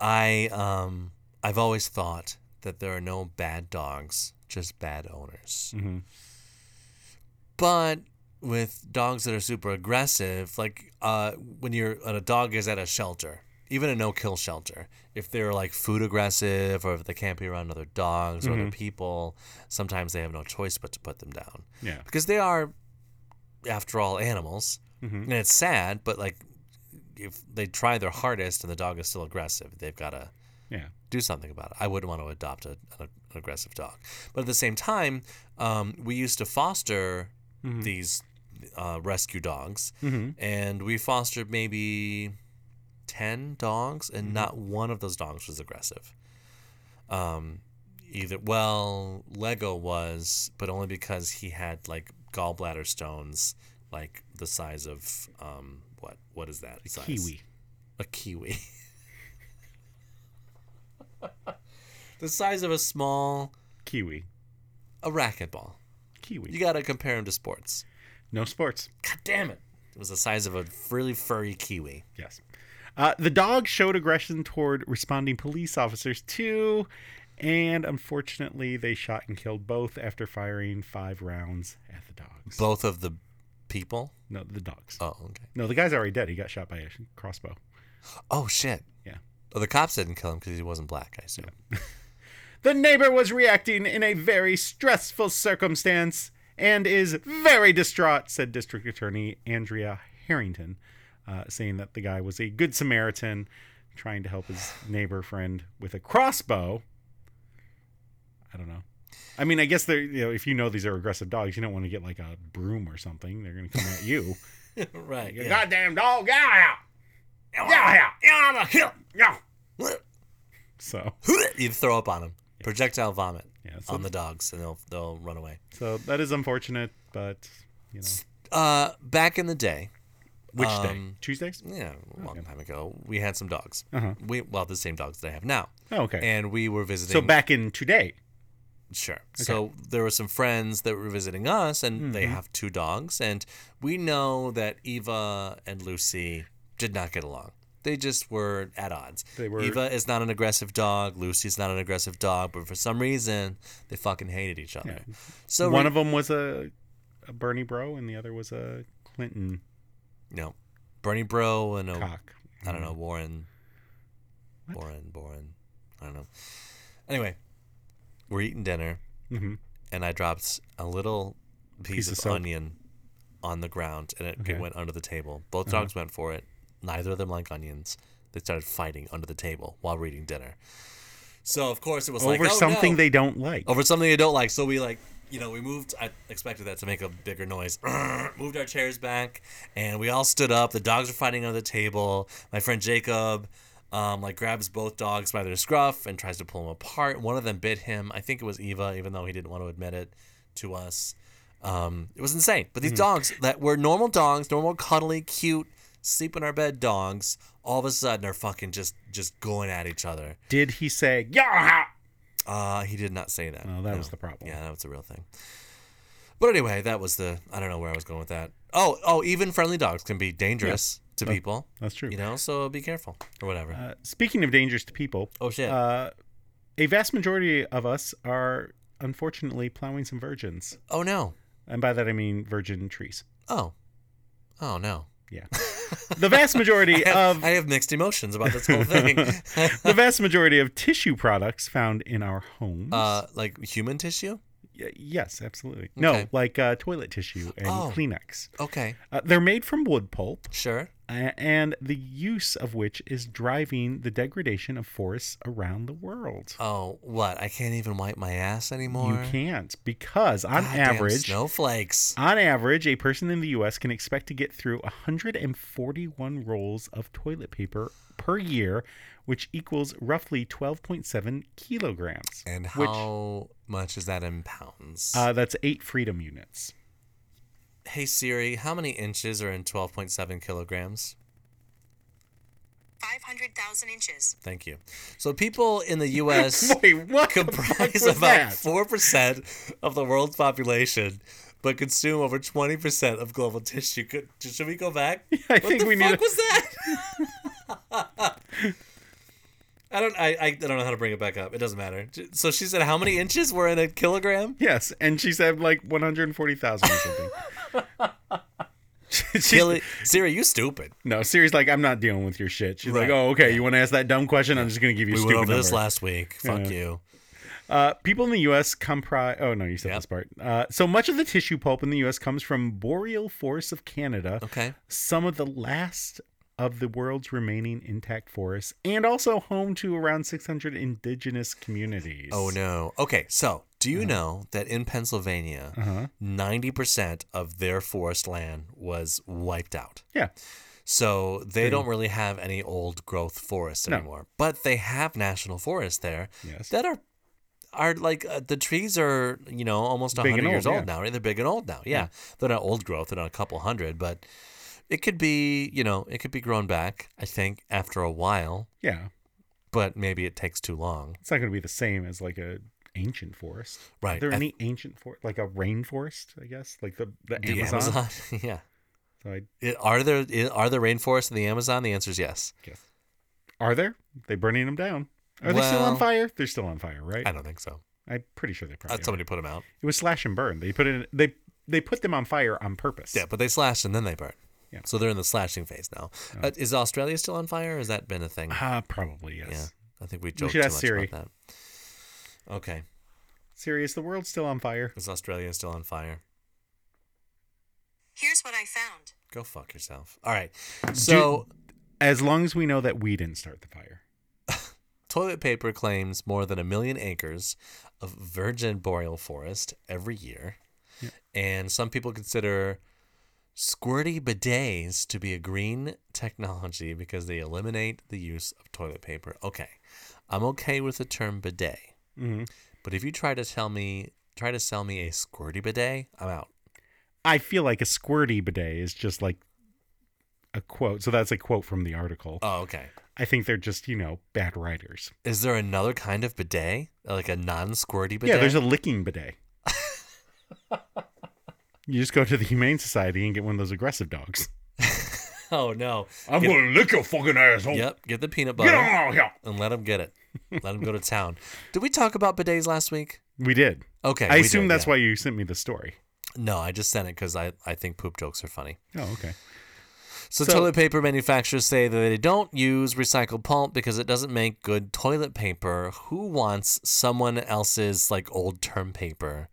Speaker 2: I um I've always thought that there are no bad dogs, just bad owners.
Speaker 1: Mhm.
Speaker 2: But with dogs that are super aggressive, like uh when you're when a dog is at a shelter, even a no-kill shelter, if they're like food aggressive or if they can't be around other dogs or other people, sometimes they have no choice but to put them down
Speaker 1: Yeah.
Speaker 2: because they are after all animals
Speaker 1: Mm-hmm.
Speaker 2: and it's sad but like if they try their hardest and the dog is still aggressive they've got to
Speaker 1: Yeah.
Speaker 2: do something about it i wouldn't want to adopt a, an, an aggressive dog but at the same time um, we used to foster these uh, rescue dogs
Speaker 1: Mhm.
Speaker 2: and we fostered maybe 10 dogs and not one of those dogs was aggressive um either well lego was but only because he had like gallbladder stones like the size of um what what is that size?
Speaker 1: Kiwi.
Speaker 2: a kiwi the size of a small
Speaker 1: Kiwi.
Speaker 2: a racquetball
Speaker 1: Kiwi.
Speaker 2: you gotta compare him to sports
Speaker 1: No sports.
Speaker 2: god damn it it was the size of a really furry kiwi
Speaker 1: Yes. Uh, the dog showed aggression toward responding police officers too, and unfortunately, they shot and killed both after firing five rounds at the dogs.
Speaker 2: both of the people
Speaker 1: no, the dogs.
Speaker 2: oh okay
Speaker 1: No, the guy's already dead. He got shot by a crossbow.
Speaker 2: oh shit
Speaker 1: Yeah.
Speaker 2: oh, the cops didn't kill him because he wasn't black i assume
Speaker 1: The neighbor was reacting in a very stressful circumstance and is very distraught, said District Attorney Andrea Harrington, uh, saying that the guy was a good Samaritan trying to help his neighbor friend with a crossbow. I don't know. I mean, I guess they're, you know, if you know these are aggressive dogs, you don't want to get like a broom or something. They're going to come at you.
Speaker 2: right
Speaker 1: You
Speaker 2: yeah.
Speaker 1: goddamn dog, get out of here! Get out of here! Get out of here! Yeah. So,
Speaker 2: you throw up on them. Projectile vomit
Speaker 1: yeah. So,
Speaker 2: on the dogs, and they'll they'll run away.
Speaker 1: so that is unfortunate, but, you know.
Speaker 2: Uh, back in the day,
Speaker 1: Which day?
Speaker 2: Um,
Speaker 1: Tuesdays?
Speaker 2: yeah, a long time ago, we had some dogs.
Speaker 1: Uh-huh.
Speaker 2: We well, the same dogs that I have now,
Speaker 1: Oh, okay.
Speaker 2: and we were visiting.
Speaker 1: so back in today.
Speaker 2: Sure. So there were some friends that were visiting us, and they
Speaker 1: Mm-hmm.
Speaker 2: have two dogs, and we know that Eva and Lucy did not get along. They just were at odds.
Speaker 1: They were-
Speaker 2: Eva is not an aggressive dog. Lucy's not an aggressive dog, but for some reason, they fucking hated each other. So
Speaker 1: One of them was a, a Bernie bro and the other was a Clinton
Speaker 2: No. Bernie Bro and a,
Speaker 1: cock.
Speaker 2: I don't know, Warren. Warren, Warren. I don't know. Anyway, we're eating dinner,
Speaker 1: hmm
Speaker 2: and I dropped a little piece,
Speaker 1: Piece of
Speaker 2: of,
Speaker 1: soap.
Speaker 2: onion on the ground, and it,
Speaker 1: Okay. Uh-huh.
Speaker 2: it went under the table. Both dogs went for it. Neither of them like onions. They started fighting under the table while we're eating dinner. So, of course, it was like,
Speaker 1: Over
Speaker 2: "Oh,
Speaker 1: something
Speaker 2: no." Oh.
Speaker 1: they don't like.
Speaker 2: over something they don't like. So we like, you know, we moved. I expected that to make a bigger noise. moved our chairs back, and we all stood up. The dogs were fighting under the table. My friend Jacob, um, like grabs both dogs by their scruff and tries to pull them apart. One of them bit him. I think it was Eva, even though he didn't want to admit it to us. Um, it was insane. But
Speaker 1: Hmm.
Speaker 2: these dogs that were normal dogs, normal cuddly, cute, sleep in our bed dogs, all of a sudden are fucking just just going at each other.
Speaker 1: Did he say, yeah?
Speaker 2: Uh, he did not say that.
Speaker 1: Oh, that was the problem.
Speaker 2: Yeah, that was a real thing. But anyway, that was the I don't know where I was going with that. Oh, oh, even friendly dogs can be dangerous to
Speaker 1: That-
Speaker 2: people.
Speaker 1: That's true.
Speaker 2: You know, so be careful or whatever.
Speaker 1: Uh, speaking of dangers to people,
Speaker 2: oh shit.
Speaker 1: uh, a vast majority of us are unfortunately plowing some virgins,
Speaker 2: oh no.
Speaker 1: and by that I mean virgin trees.
Speaker 2: Oh. Oh no.
Speaker 1: Yeah, the um, vast majority
Speaker 2: I have,
Speaker 1: of
Speaker 2: I have mixed emotions about this whole thing.
Speaker 1: the vast majority of tissue products found in our homes.
Speaker 2: uh, like human tissue.
Speaker 1: Y- yes, absolutely.
Speaker 2: okay.
Speaker 1: No, like uh, toilet tissue and
Speaker 2: Oh.
Speaker 1: Kleenex.
Speaker 2: Okay.
Speaker 1: Uh, they're made from wood pulp,
Speaker 2: Sure.
Speaker 1: a- and the use of which is driving the degradation of forests around the world.
Speaker 2: Oh, what? I can't even wipe my ass anymore.
Speaker 1: you can't because on
Speaker 2: Goddamn
Speaker 1: average,
Speaker 2: snowflakes.
Speaker 1: on average, a person in the U.S. can expect to get through 141 rolls of toilet paper per year, which equals roughly 12.7 kilograms.
Speaker 2: And
Speaker 1: which
Speaker 2: how much is that in pounds?
Speaker 1: uh, that's eight freedom units.
Speaker 2: hey Siri, how many inches are in 12.7 kilograms?
Speaker 3: 500,000 inches.
Speaker 2: Thank you. So people in the U.S.
Speaker 1: Wait, Oh what? the fuck
Speaker 2: comprise
Speaker 1: was
Speaker 2: about
Speaker 1: that?
Speaker 2: four percent of the world's population, but consume over twenty percent of global tissue. Could, should we go back?
Speaker 1: I
Speaker 2: what
Speaker 1: think
Speaker 2: the
Speaker 1: we
Speaker 2: fuck
Speaker 1: need.
Speaker 2: was that? I don't. I, I I don't know how to bring it back up. It doesn't matter. J- So she said, how many inches were in a kilogram?
Speaker 1: Yes, and she said like 140,000 or something. She's-
Speaker 2: Kili- Siri, you stupid.
Speaker 1: no, Siri's like, I'm not dealing with your shit. She's like,
Speaker 2: Right.
Speaker 1: oh, okay, you want to ask that dumb question? I'm just going to give you a
Speaker 2: We
Speaker 1: stupid
Speaker 2: went over this
Speaker 1: number.
Speaker 2: last week. Fuck you.
Speaker 1: Uh, people in the U.S. comprise. Oh no, you said
Speaker 2: Yep.
Speaker 1: this part. Uh, so much of the tissue pulp in the U.S. comes from boreal forests of Canada,
Speaker 2: Okay.
Speaker 1: some of the last of the world's remaining intact forests, and also home to around 600 indigenous communities.
Speaker 2: Oh no. Okay, so do
Speaker 1: Uh-huh.
Speaker 2: you know that in Pennsylvania, 90% of their forest land was wiped out?
Speaker 1: Yeah,
Speaker 2: So they don't really have any old growth forests
Speaker 1: No.
Speaker 2: anymore. But they have national forests there
Speaker 1: Yes.
Speaker 2: that are are like uh, the trees are you know almost
Speaker 1: Big and
Speaker 2: 100 years
Speaker 1: old,
Speaker 2: old,
Speaker 1: yeah.
Speaker 2: now right they're big and old now yeah they're not old growth they're not a couple hundred but it could be you know it could be grown back i think after a while
Speaker 1: yeah.
Speaker 2: but maybe it takes too long
Speaker 1: It's not going to be the same as like a ancient forest.
Speaker 2: Right,
Speaker 1: Are there
Speaker 2: I-
Speaker 1: any ancient forest, like a rainforest? I guess, like the the,
Speaker 2: the
Speaker 1: Amazon.
Speaker 2: amazon yeah
Speaker 1: So I
Speaker 2: It- are there i- are there rainforests in the Amazon? The answer is yes.
Speaker 1: guess. Are there? They burning them down? Are they still on
Speaker 2: Well-
Speaker 1: fire? They're still on fire, right?
Speaker 2: I don't think so.
Speaker 1: I'm pretty sure they probably.
Speaker 2: Uh,
Speaker 1: are.
Speaker 2: somebody put them out.
Speaker 1: It was slash and burn. They put it in they they put them on fire on purpose.
Speaker 2: Yeah, but they slashed and then they burned.
Speaker 1: Yeah.
Speaker 2: So they're in the slashing phase now. Uh, is Australia still on fire? Or has that been a thing?
Speaker 1: Ah, probably yes.
Speaker 2: Yeah. I think we joked
Speaker 1: should
Speaker 2: too
Speaker 1: ask
Speaker 2: much
Speaker 1: Siri.
Speaker 2: about that. Okay.
Speaker 1: Siri, is the world still on fire?
Speaker 2: Is Australia still on fire?
Speaker 3: Here's what I found.
Speaker 2: Go fuck yourself. All right. So
Speaker 1: As long as we know that we didn't start the fire.
Speaker 2: toilet paper claims more than a million acres of virgin boreal forest every year. And some people consider squirty bidets to be a green technology because they eliminate the use of toilet paper. Okay. I'm okay with the term bidet. Mm-hmm.
Speaker 1: hmm
Speaker 2: But if you try to tell me try to sell me a squirty bidet, I'm out.
Speaker 1: I feel like a squirty bidet is just like a quote. So that's a quote from the article.
Speaker 2: Oh, okay.
Speaker 1: I think they're just, you know, bad writers.
Speaker 2: Is there another kind of bidet? Like a non squirty bidet?
Speaker 1: Yeah, there's a licking bidet. you just go to the Humane Society and get one of those aggressive dogs.
Speaker 2: Oh no.
Speaker 1: I'm
Speaker 2: Get-
Speaker 1: gonna lick your fucking asshole.
Speaker 2: Yep, get the peanut
Speaker 1: Oh. Get
Speaker 2: butter
Speaker 1: on out here.
Speaker 2: and let him get it. Let him go to town. Did we talk about bidets last week?
Speaker 1: We did.
Speaker 2: Okay.
Speaker 1: I
Speaker 2: we
Speaker 1: assume
Speaker 2: did,
Speaker 1: that's
Speaker 2: yeah.
Speaker 1: why you sent me the story.
Speaker 2: No, I just sent it because I, I think poop jokes are funny.
Speaker 1: Oh, okay.
Speaker 2: So,
Speaker 1: So-
Speaker 2: toilet paper manufacturers say that they don't use recycled pulp because it doesn't make good toilet paper. Who wants someone else's like old term paper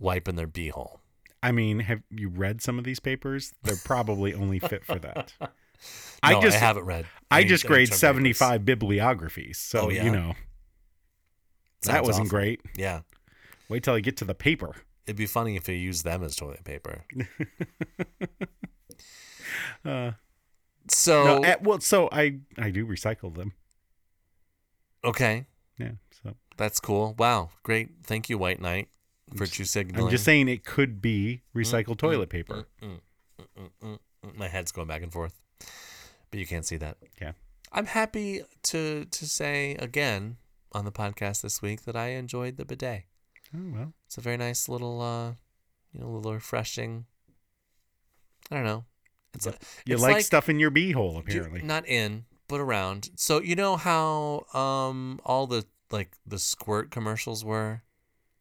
Speaker 2: wiping their beehole?
Speaker 1: I mean, have you read some of these papers? They're probably only fit for that.
Speaker 2: No,
Speaker 1: I just
Speaker 2: I haven't read.
Speaker 1: I
Speaker 2: any-
Speaker 1: just
Speaker 2: any
Speaker 1: grade
Speaker 2: term papers.
Speaker 1: 75 bibliographies, so
Speaker 2: Oh, yeah.
Speaker 1: you know. That
Speaker 2: Sounds
Speaker 1: wasn't
Speaker 2: awful.
Speaker 1: great.
Speaker 2: Yeah.
Speaker 1: Wait till I get to the paper.
Speaker 2: It'd be funny if you used them as toilet paper.
Speaker 1: Uh,
Speaker 2: So,
Speaker 1: no, eh, well, so I I do recycle them.
Speaker 2: okay.
Speaker 1: Yeah, so
Speaker 2: That's cool. Wow. Great. Thank you, White Knight. Virtue signaling.
Speaker 1: I'm just saying it could be recycled toilet paper.
Speaker 2: Mm, mm, mm, mm, mm. My head's going back and forth, but you can't see that.
Speaker 1: Yeah.
Speaker 2: I'm happy to to say again on the podcast this week that I enjoyed the bidet.
Speaker 1: Oh well.
Speaker 2: It's a very nice little uh, you know, a little refreshing. I don't know. It's like
Speaker 1: You
Speaker 2: it's
Speaker 1: like,
Speaker 2: like-
Speaker 1: stuff in your beehole,
Speaker 2: Do-
Speaker 1: apparently.
Speaker 2: Not in, but around. So you know how um all the like the squirt commercials were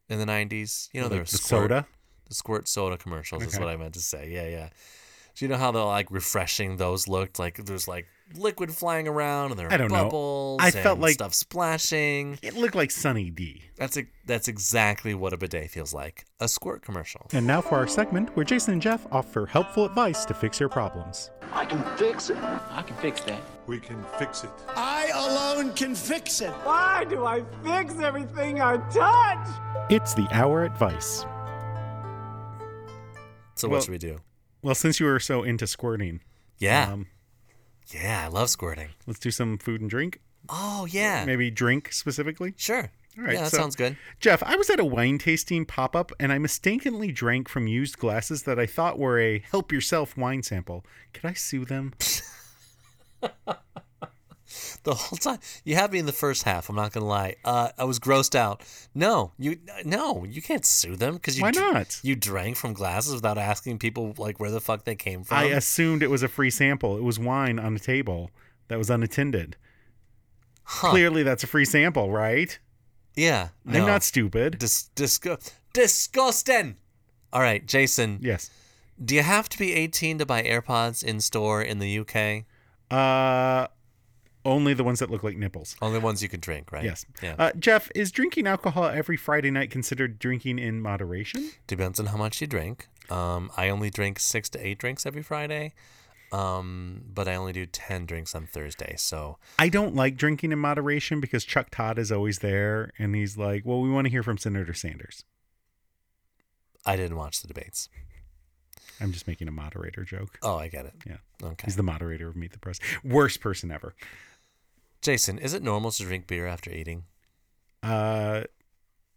Speaker 2: in the nineties? You know
Speaker 1: Like
Speaker 2: there was
Speaker 1: the
Speaker 2: squirt,
Speaker 1: soda.
Speaker 2: The squirt soda commercials is
Speaker 1: Okay.
Speaker 2: what I meant to say. Yeah, yeah. Do you know how the like refreshing those looked? Like there's like liquid flying around and there are
Speaker 1: I don't know.
Speaker 2: bubbles
Speaker 1: I felt
Speaker 2: and
Speaker 1: like-
Speaker 2: stuff splashing.
Speaker 1: It looked like Sunny D.
Speaker 2: That's a, that's exactly what a bidet feels like. A squirt commercial.
Speaker 1: And now for our segment where Jason and Jeff offer helpful advice to fix your problems.
Speaker 4: I can fix it. I can fix that.
Speaker 5: We can fix it.
Speaker 6: I alone can fix it.
Speaker 7: Why do I fix everything I touch?
Speaker 1: It's the hour advice.
Speaker 2: So
Speaker 1: Well-
Speaker 2: what should we do?
Speaker 1: Well, since you were so into squirting,
Speaker 2: Yeah.
Speaker 1: um,
Speaker 2: yeah, I love squirting.
Speaker 1: let's do some food and drink.
Speaker 2: Oh yeah.
Speaker 1: Maybe drink specifically.
Speaker 2: Sure.
Speaker 1: All right,
Speaker 2: yeah, that
Speaker 1: so-
Speaker 2: sounds good.
Speaker 1: Jeff, I was at a wine tasting pop up and I mistakenly drank from used glasses that I thought were a help yourself wine sample. Could I sue them?
Speaker 2: the whole time. You had me in the first half. I'm not gonna lie. Uh, I was grossed out. No, you no, you can't sue them because you
Speaker 1: Why
Speaker 2: dr-
Speaker 1: not?
Speaker 2: You drank from glasses without asking people like where the fuck they came from.
Speaker 1: I assumed it was a free sample. It was wine on a table that was unattended.
Speaker 2: Huh.
Speaker 1: Clearly, that's a free sample, right?
Speaker 2: Yeah, no.
Speaker 1: I'm not stupid.
Speaker 2: Dis- disgu- disgusting. All right, Jason.
Speaker 1: yes.
Speaker 2: Do you have to be 18 to buy AirPods in store in the UK?
Speaker 1: Uh, only the ones that look like nipples.
Speaker 2: Only ones you can drink, right?
Speaker 1: Yes.
Speaker 2: Yeah.
Speaker 1: Uh, Jeff, is drinking alcohol every Friday night considered drinking in moderation?
Speaker 2: Depends on how much you drink. Um, I only drink six to eight drinks every Friday, um, but I only do 10 drinks on Thursday. So
Speaker 1: I don't like drinking in moderation because Chuck Todd is always there and he's like, well, we want to hear from Senator Sanders.
Speaker 2: I didn't watch the debates.
Speaker 1: I'm just making a moderator joke.
Speaker 2: Oh, I get it.
Speaker 1: Yeah.
Speaker 2: Okay.
Speaker 1: He's the moderator of Meet the Press. Worst person ever.
Speaker 2: Jason, is it normal to drink beer after eating?
Speaker 1: Uh,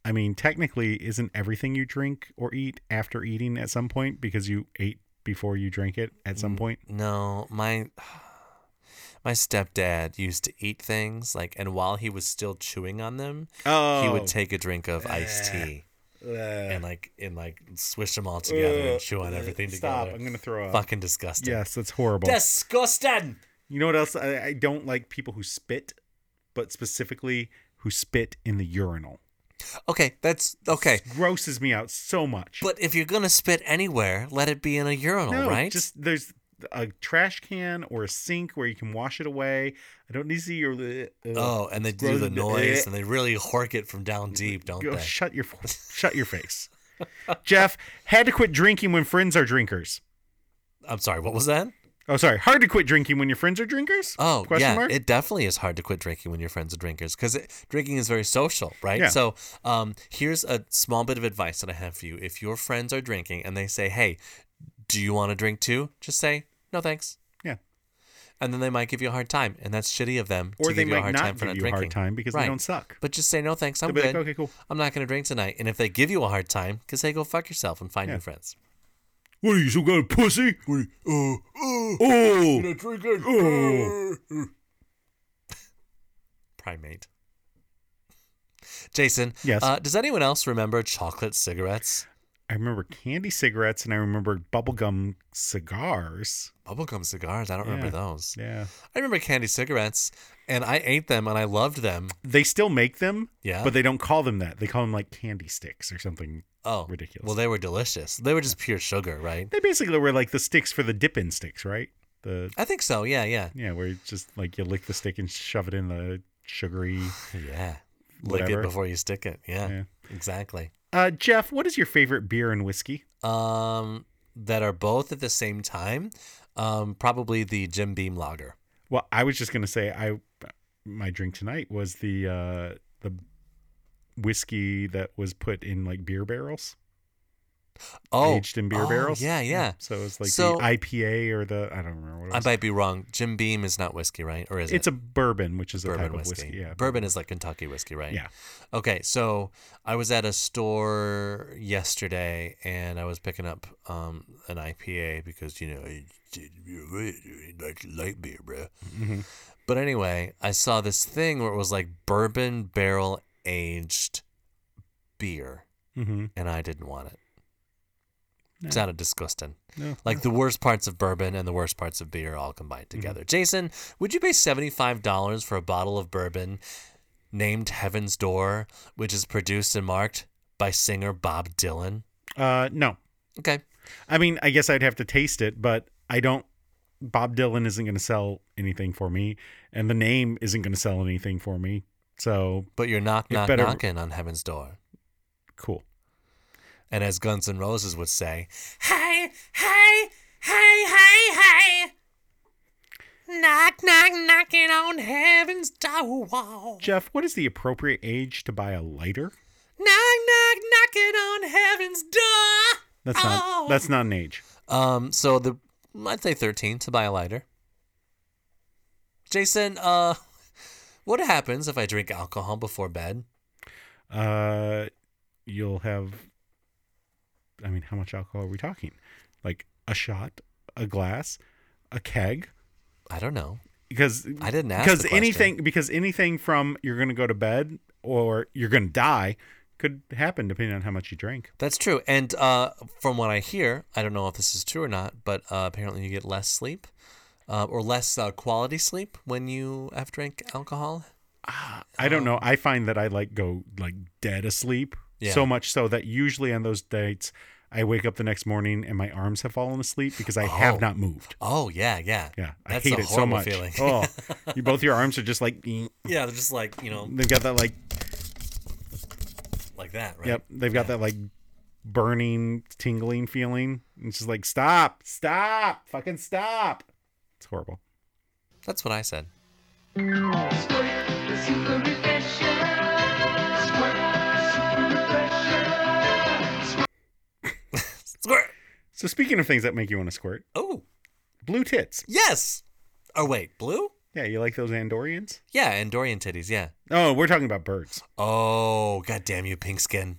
Speaker 1: I mean, technically, isn't everything you drink or eat after eating at some point because you ate before you drank it at
Speaker 2: Mm.
Speaker 1: some point?
Speaker 2: No, my my stepdad used to eat things like and while he was still chewing on them,
Speaker 1: Oh, Uh,
Speaker 2: he would take a drink of iced tea and like and like swish them all together and chew on everything
Speaker 1: Stop!
Speaker 2: together.
Speaker 1: I'm gonna throw up.
Speaker 2: Fucking disgusting.
Speaker 1: Yes, that's horrible.
Speaker 2: Disgusting.
Speaker 1: You know what else? I, I don't like people who spit, but specifically who spit in the urinal.
Speaker 2: Okay, that's okay.
Speaker 1: Grosses me out so much.
Speaker 2: But if you're gonna spit anywhere, let it be in a urinal,
Speaker 1: no,
Speaker 2: right?
Speaker 1: just there's a trash can or a sink where you can wash it away. I don't need to see your. uh,
Speaker 2: oh, and they do
Speaker 1: Gross uh,
Speaker 2: the
Speaker 1: bit.
Speaker 2: noise and they really hork it from down deep, don't
Speaker 1: eh. Go
Speaker 2: they?
Speaker 1: shut your shut your face. Jeff had to quit drinking when friends are drinkers.
Speaker 2: I'm sorry, what was that?
Speaker 1: Oh, sorry. Hard to quit drinking when your friends are drinkers?
Speaker 2: Oh,
Speaker 1: Question
Speaker 2: yeah.
Speaker 1: mark?
Speaker 2: It definitely is hard to quit drinking when your friends are drinkers because drinking is very social, right?
Speaker 1: Yeah.
Speaker 2: So, um, here's a small bit of advice that I have for you. If your friends are drinking and they say, hey, do you want to drink too? Just say, no, thanks.
Speaker 1: Yeah.
Speaker 2: And then they might give you a hard time, and that's shitty of them.
Speaker 1: Or
Speaker 2: to
Speaker 1: they
Speaker 2: give you a
Speaker 1: might
Speaker 2: hard
Speaker 1: not
Speaker 2: time
Speaker 1: give
Speaker 2: for not
Speaker 1: you a hard
Speaker 2: drinking.
Speaker 1: time because
Speaker 2: Right.
Speaker 1: they don't suck.
Speaker 2: But just say no thanks. I'm
Speaker 1: They'll be
Speaker 2: good.
Speaker 1: like, okay, cool.
Speaker 2: I'm not gonna drink tonight. And if they give you a hard time, because they go fuck yourself and find
Speaker 1: Yeah.
Speaker 2: new friends.
Speaker 1: What are you, some kind of pussy? What are you, oh, oh,
Speaker 2: Primate. Jason.
Speaker 1: Yes.
Speaker 2: Uh, does anyone else remember chocolate cigarettes?
Speaker 1: I remember candy cigarettes and I remember bubblegum cigars.
Speaker 2: Bubblegum cigars. I don't remember
Speaker 1: Yeah.
Speaker 2: those.
Speaker 1: Yeah.
Speaker 2: I remember candy cigarettes, and I ate them and I loved them.
Speaker 1: They still make them,
Speaker 2: Yeah.
Speaker 1: but they don't call them that. They call them like candy sticks or something.
Speaker 2: Oh,
Speaker 1: Ridiculous.
Speaker 2: Well, they were delicious. They were just pure sugar, right?
Speaker 1: They basically were like the sticks for the dipping sticks, right? The
Speaker 2: I think so. Yeah, yeah,
Speaker 1: yeah, where it's just like you lick the stick and shove it in the sugary.
Speaker 2: yeah. Lick
Speaker 1: Whatever.
Speaker 2: it before you stick it. Yeah,
Speaker 1: Yeah.
Speaker 2: exactly.
Speaker 1: Uh, Jeff, what is your favorite beer and whiskey?
Speaker 2: Um, that are both at the same time. Um, probably the Jim Beam Lager.
Speaker 1: Well, I was just gonna say I my drink tonight was the uh, the whiskey that was put in like beer barrels,
Speaker 2: Oh,
Speaker 1: aged in beer
Speaker 2: oh,
Speaker 1: barrels.
Speaker 2: Yeah, yeah.
Speaker 1: So it's like
Speaker 2: So-
Speaker 1: the IPA or the I don't remember what it
Speaker 2: I
Speaker 1: was.
Speaker 2: might be wrong. Jim Beam is not whiskey, right? Or is
Speaker 1: it's
Speaker 2: it?
Speaker 1: a bourbon, which is a
Speaker 2: bourbon
Speaker 1: type of
Speaker 2: whiskey.
Speaker 1: whiskey. Yeah,
Speaker 2: Bourbon is like Kentucky whiskey, right?
Speaker 1: Yeah.
Speaker 2: Okay, so I was at a store yesterday and I was picking up um, an IPA because you know I like light beer, bro.
Speaker 1: Mm-hmm.
Speaker 2: But anyway, I saw this thing where it was like bourbon barrel aged beer,
Speaker 1: Mm-hmm.
Speaker 2: and I didn't want it. It sounded disgusting.
Speaker 1: No.
Speaker 2: Like the worst parts of bourbon and the worst parts of beer all combined
Speaker 1: Mm-hmm.
Speaker 2: together. Jason, would you pay $75 for a bottle of bourbon named Heaven's Door, which is produced and marked by singer Bob Dylan?
Speaker 1: Uh, no.
Speaker 2: Okay.
Speaker 1: I mean, I guess I'd have to taste it, but I don't. Bob Dylan isn't going to sell anything for me, and the name isn't going to sell anything for me. So
Speaker 2: But you're knock,
Speaker 1: It
Speaker 2: knock,
Speaker 1: better-
Speaker 2: knocking on Heaven's Door.
Speaker 1: cool.
Speaker 2: And as Guns N' Roses would say, hey, hey, hey, hey, hey. Knock, knock, knocking on heaven's door. Knock,
Speaker 1: Jeff, what is the appropriate age to buy a lighter?
Speaker 2: knock, knocking on heaven's door.
Speaker 1: That's not.
Speaker 2: Oh.
Speaker 1: That's not an age.
Speaker 2: Um, so the I'd say thirteen to buy a lighter. Jason, uh, what happens if I drink alcohol before bed?
Speaker 1: Uh, you'll have. I mean, how much alcohol are we talking? Like a shot, a glass, a keg.
Speaker 2: I don't know.
Speaker 1: because
Speaker 2: I didn't ask
Speaker 1: because
Speaker 2: the question.
Speaker 1: anything because anything from you're going to go to bed or you're going to die could happen depending on how much you drink.
Speaker 2: That's true. And uh, from what I hear, I don't know if this is true or not, but uh, apparently you get less sleep uh, or less uh, quality sleep when you have drank alcohol. Ah,
Speaker 1: I don't know. I find that I like go like dead asleep
Speaker 2: oh. Yeah.
Speaker 1: so much so that usually on those dates I wake up the next morning and my arms have fallen asleep because I
Speaker 2: Oh.
Speaker 1: have not moved.
Speaker 2: Oh yeah, yeah.
Speaker 1: Yeah, I
Speaker 2: That's
Speaker 1: hate
Speaker 2: a
Speaker 1: it so
Speaker 2: horrible
Speaker 1: much.
Speaker 2: feeling.
Speaker 1: oh, you both your arms are just like they've
Speaker 2: Yeah, they're just like you know,
Speaker 1: got that like
Speaker 2: like that, right?
Speaker 1: yep they've got that like burning tingling feeling. It's just like stop, stop, fucking stop. It's horrible.
Speaker 2: That's what I said. Squirt.
Speaker 1: So speaking of things that make you want to squirt,
Speaker 2: Oh
Speaker 1: blue tits.
Speaker 2: yes. Oh wait, blue?
Speaker 1: Yeah, you like those Andorians?
Speaker 2: Yeah, and Dorian titties. Yeah.
Speaker 1: Oh, we're talking about birds.
Speaker 2: Oh goddamn you, pink skin.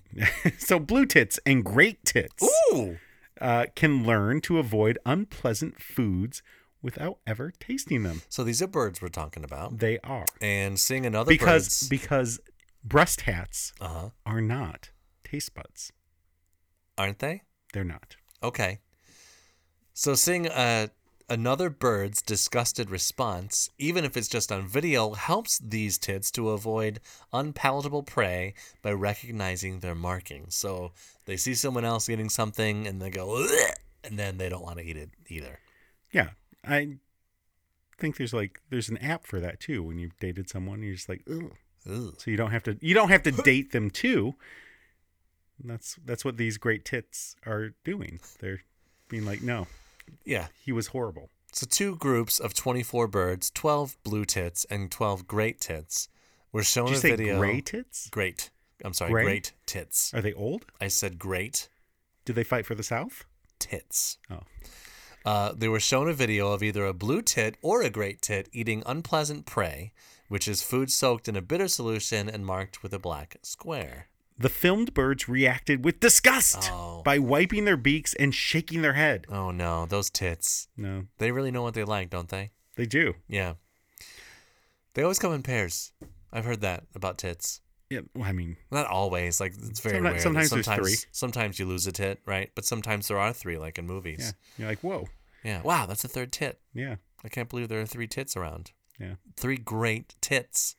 Speaker 1: so blue tits and great tits
Speaker 2: Ooh.
Speaker 1: uh, can learn to avoid unpleasant foods without ever tasting them.
Speaker 2: So these are birds we're talking about,
Speaker 1: They are
Speaker 2: and seeing another
Speaker 1: because
Speaker 2: birds.
Speaker 1: because breast hats
Speaker 2: uh huh.
Speaker 1: are not taste buds.
Speaker 2: Aren't they?
Speaker 1: They're not.
Speaker 2: Okay. So seeing uh, another bird's disgusted response, even if it's just on video, helps these tits to avoid unpalatable prey by recognizing their markings. So they see someone else eating something and they go, "Ugh," and then they don't want to eat it either.
Speaker 1: Yeah, I think there's like there's an app for that too. When you've dated someone, you're just like, Ugh.
Speaker 2: Ugh.
Speaker 1: so you don't have to you don't have to date them too And that's that's what these great tits are doing they're being like no
Speaker 2: Yeah.
Speaker 1: he was horrible
Speaker 2: So two groups of 24 birds, 12 blue tits and 12 great tits, were shown
Speaker 1: did you
Speaker 2: a
Speaker 1: say
Speaker 2: video.
Speaker 1: gray tits
Speaker 2: Great. I'm sorry,
Speaker 1: Gray?
Speaker 2: great tits.
Speaker 1: are they old
Speaker 2: I said great
Speaker 1: did they fight for the south
Speaker 2: tits.
Speaker 1: oh
Speaker 2: Uh, they were shown a video of either a blue tit or a great tit eating unpleasant prey, which is food soaked in a bitter solution and marked with a black square.
Speaker 1: the filmed birds reacted with disgust
Speaker 2: Oh.
Speaker 1: by wiping their beaks and shaking their head
Speaker 2: Oh no, those tits.
Speaker 1: no
Speaker 2: They really know what they like, don't they?
Speaker 1: they do
Speaker 2: Yeah. They always come in pairs. I've heard that about tits.
Speaker 1: yeah well, i mean
Speaker 2: Not always, like it's very
Speaker 1: Sometimes-
Speaker 2: rare.
Speaker 1: sometimes there's
Speaker 2: sometimes
Speaker 1: three.
Speaker 2: sometimes you lose a tit, right? But sometimes there are three, like in
Speaker 1: yeah
Speaker 2: movies.
Speaker 1: you're like whoa
Speaker 2: Yeah. Wow, that's a third tit.
Speaker 1: yeah
Speaker 2: I can't believe there are three tits around.
Speaker 1: yeah
Speaker 2: three great tits.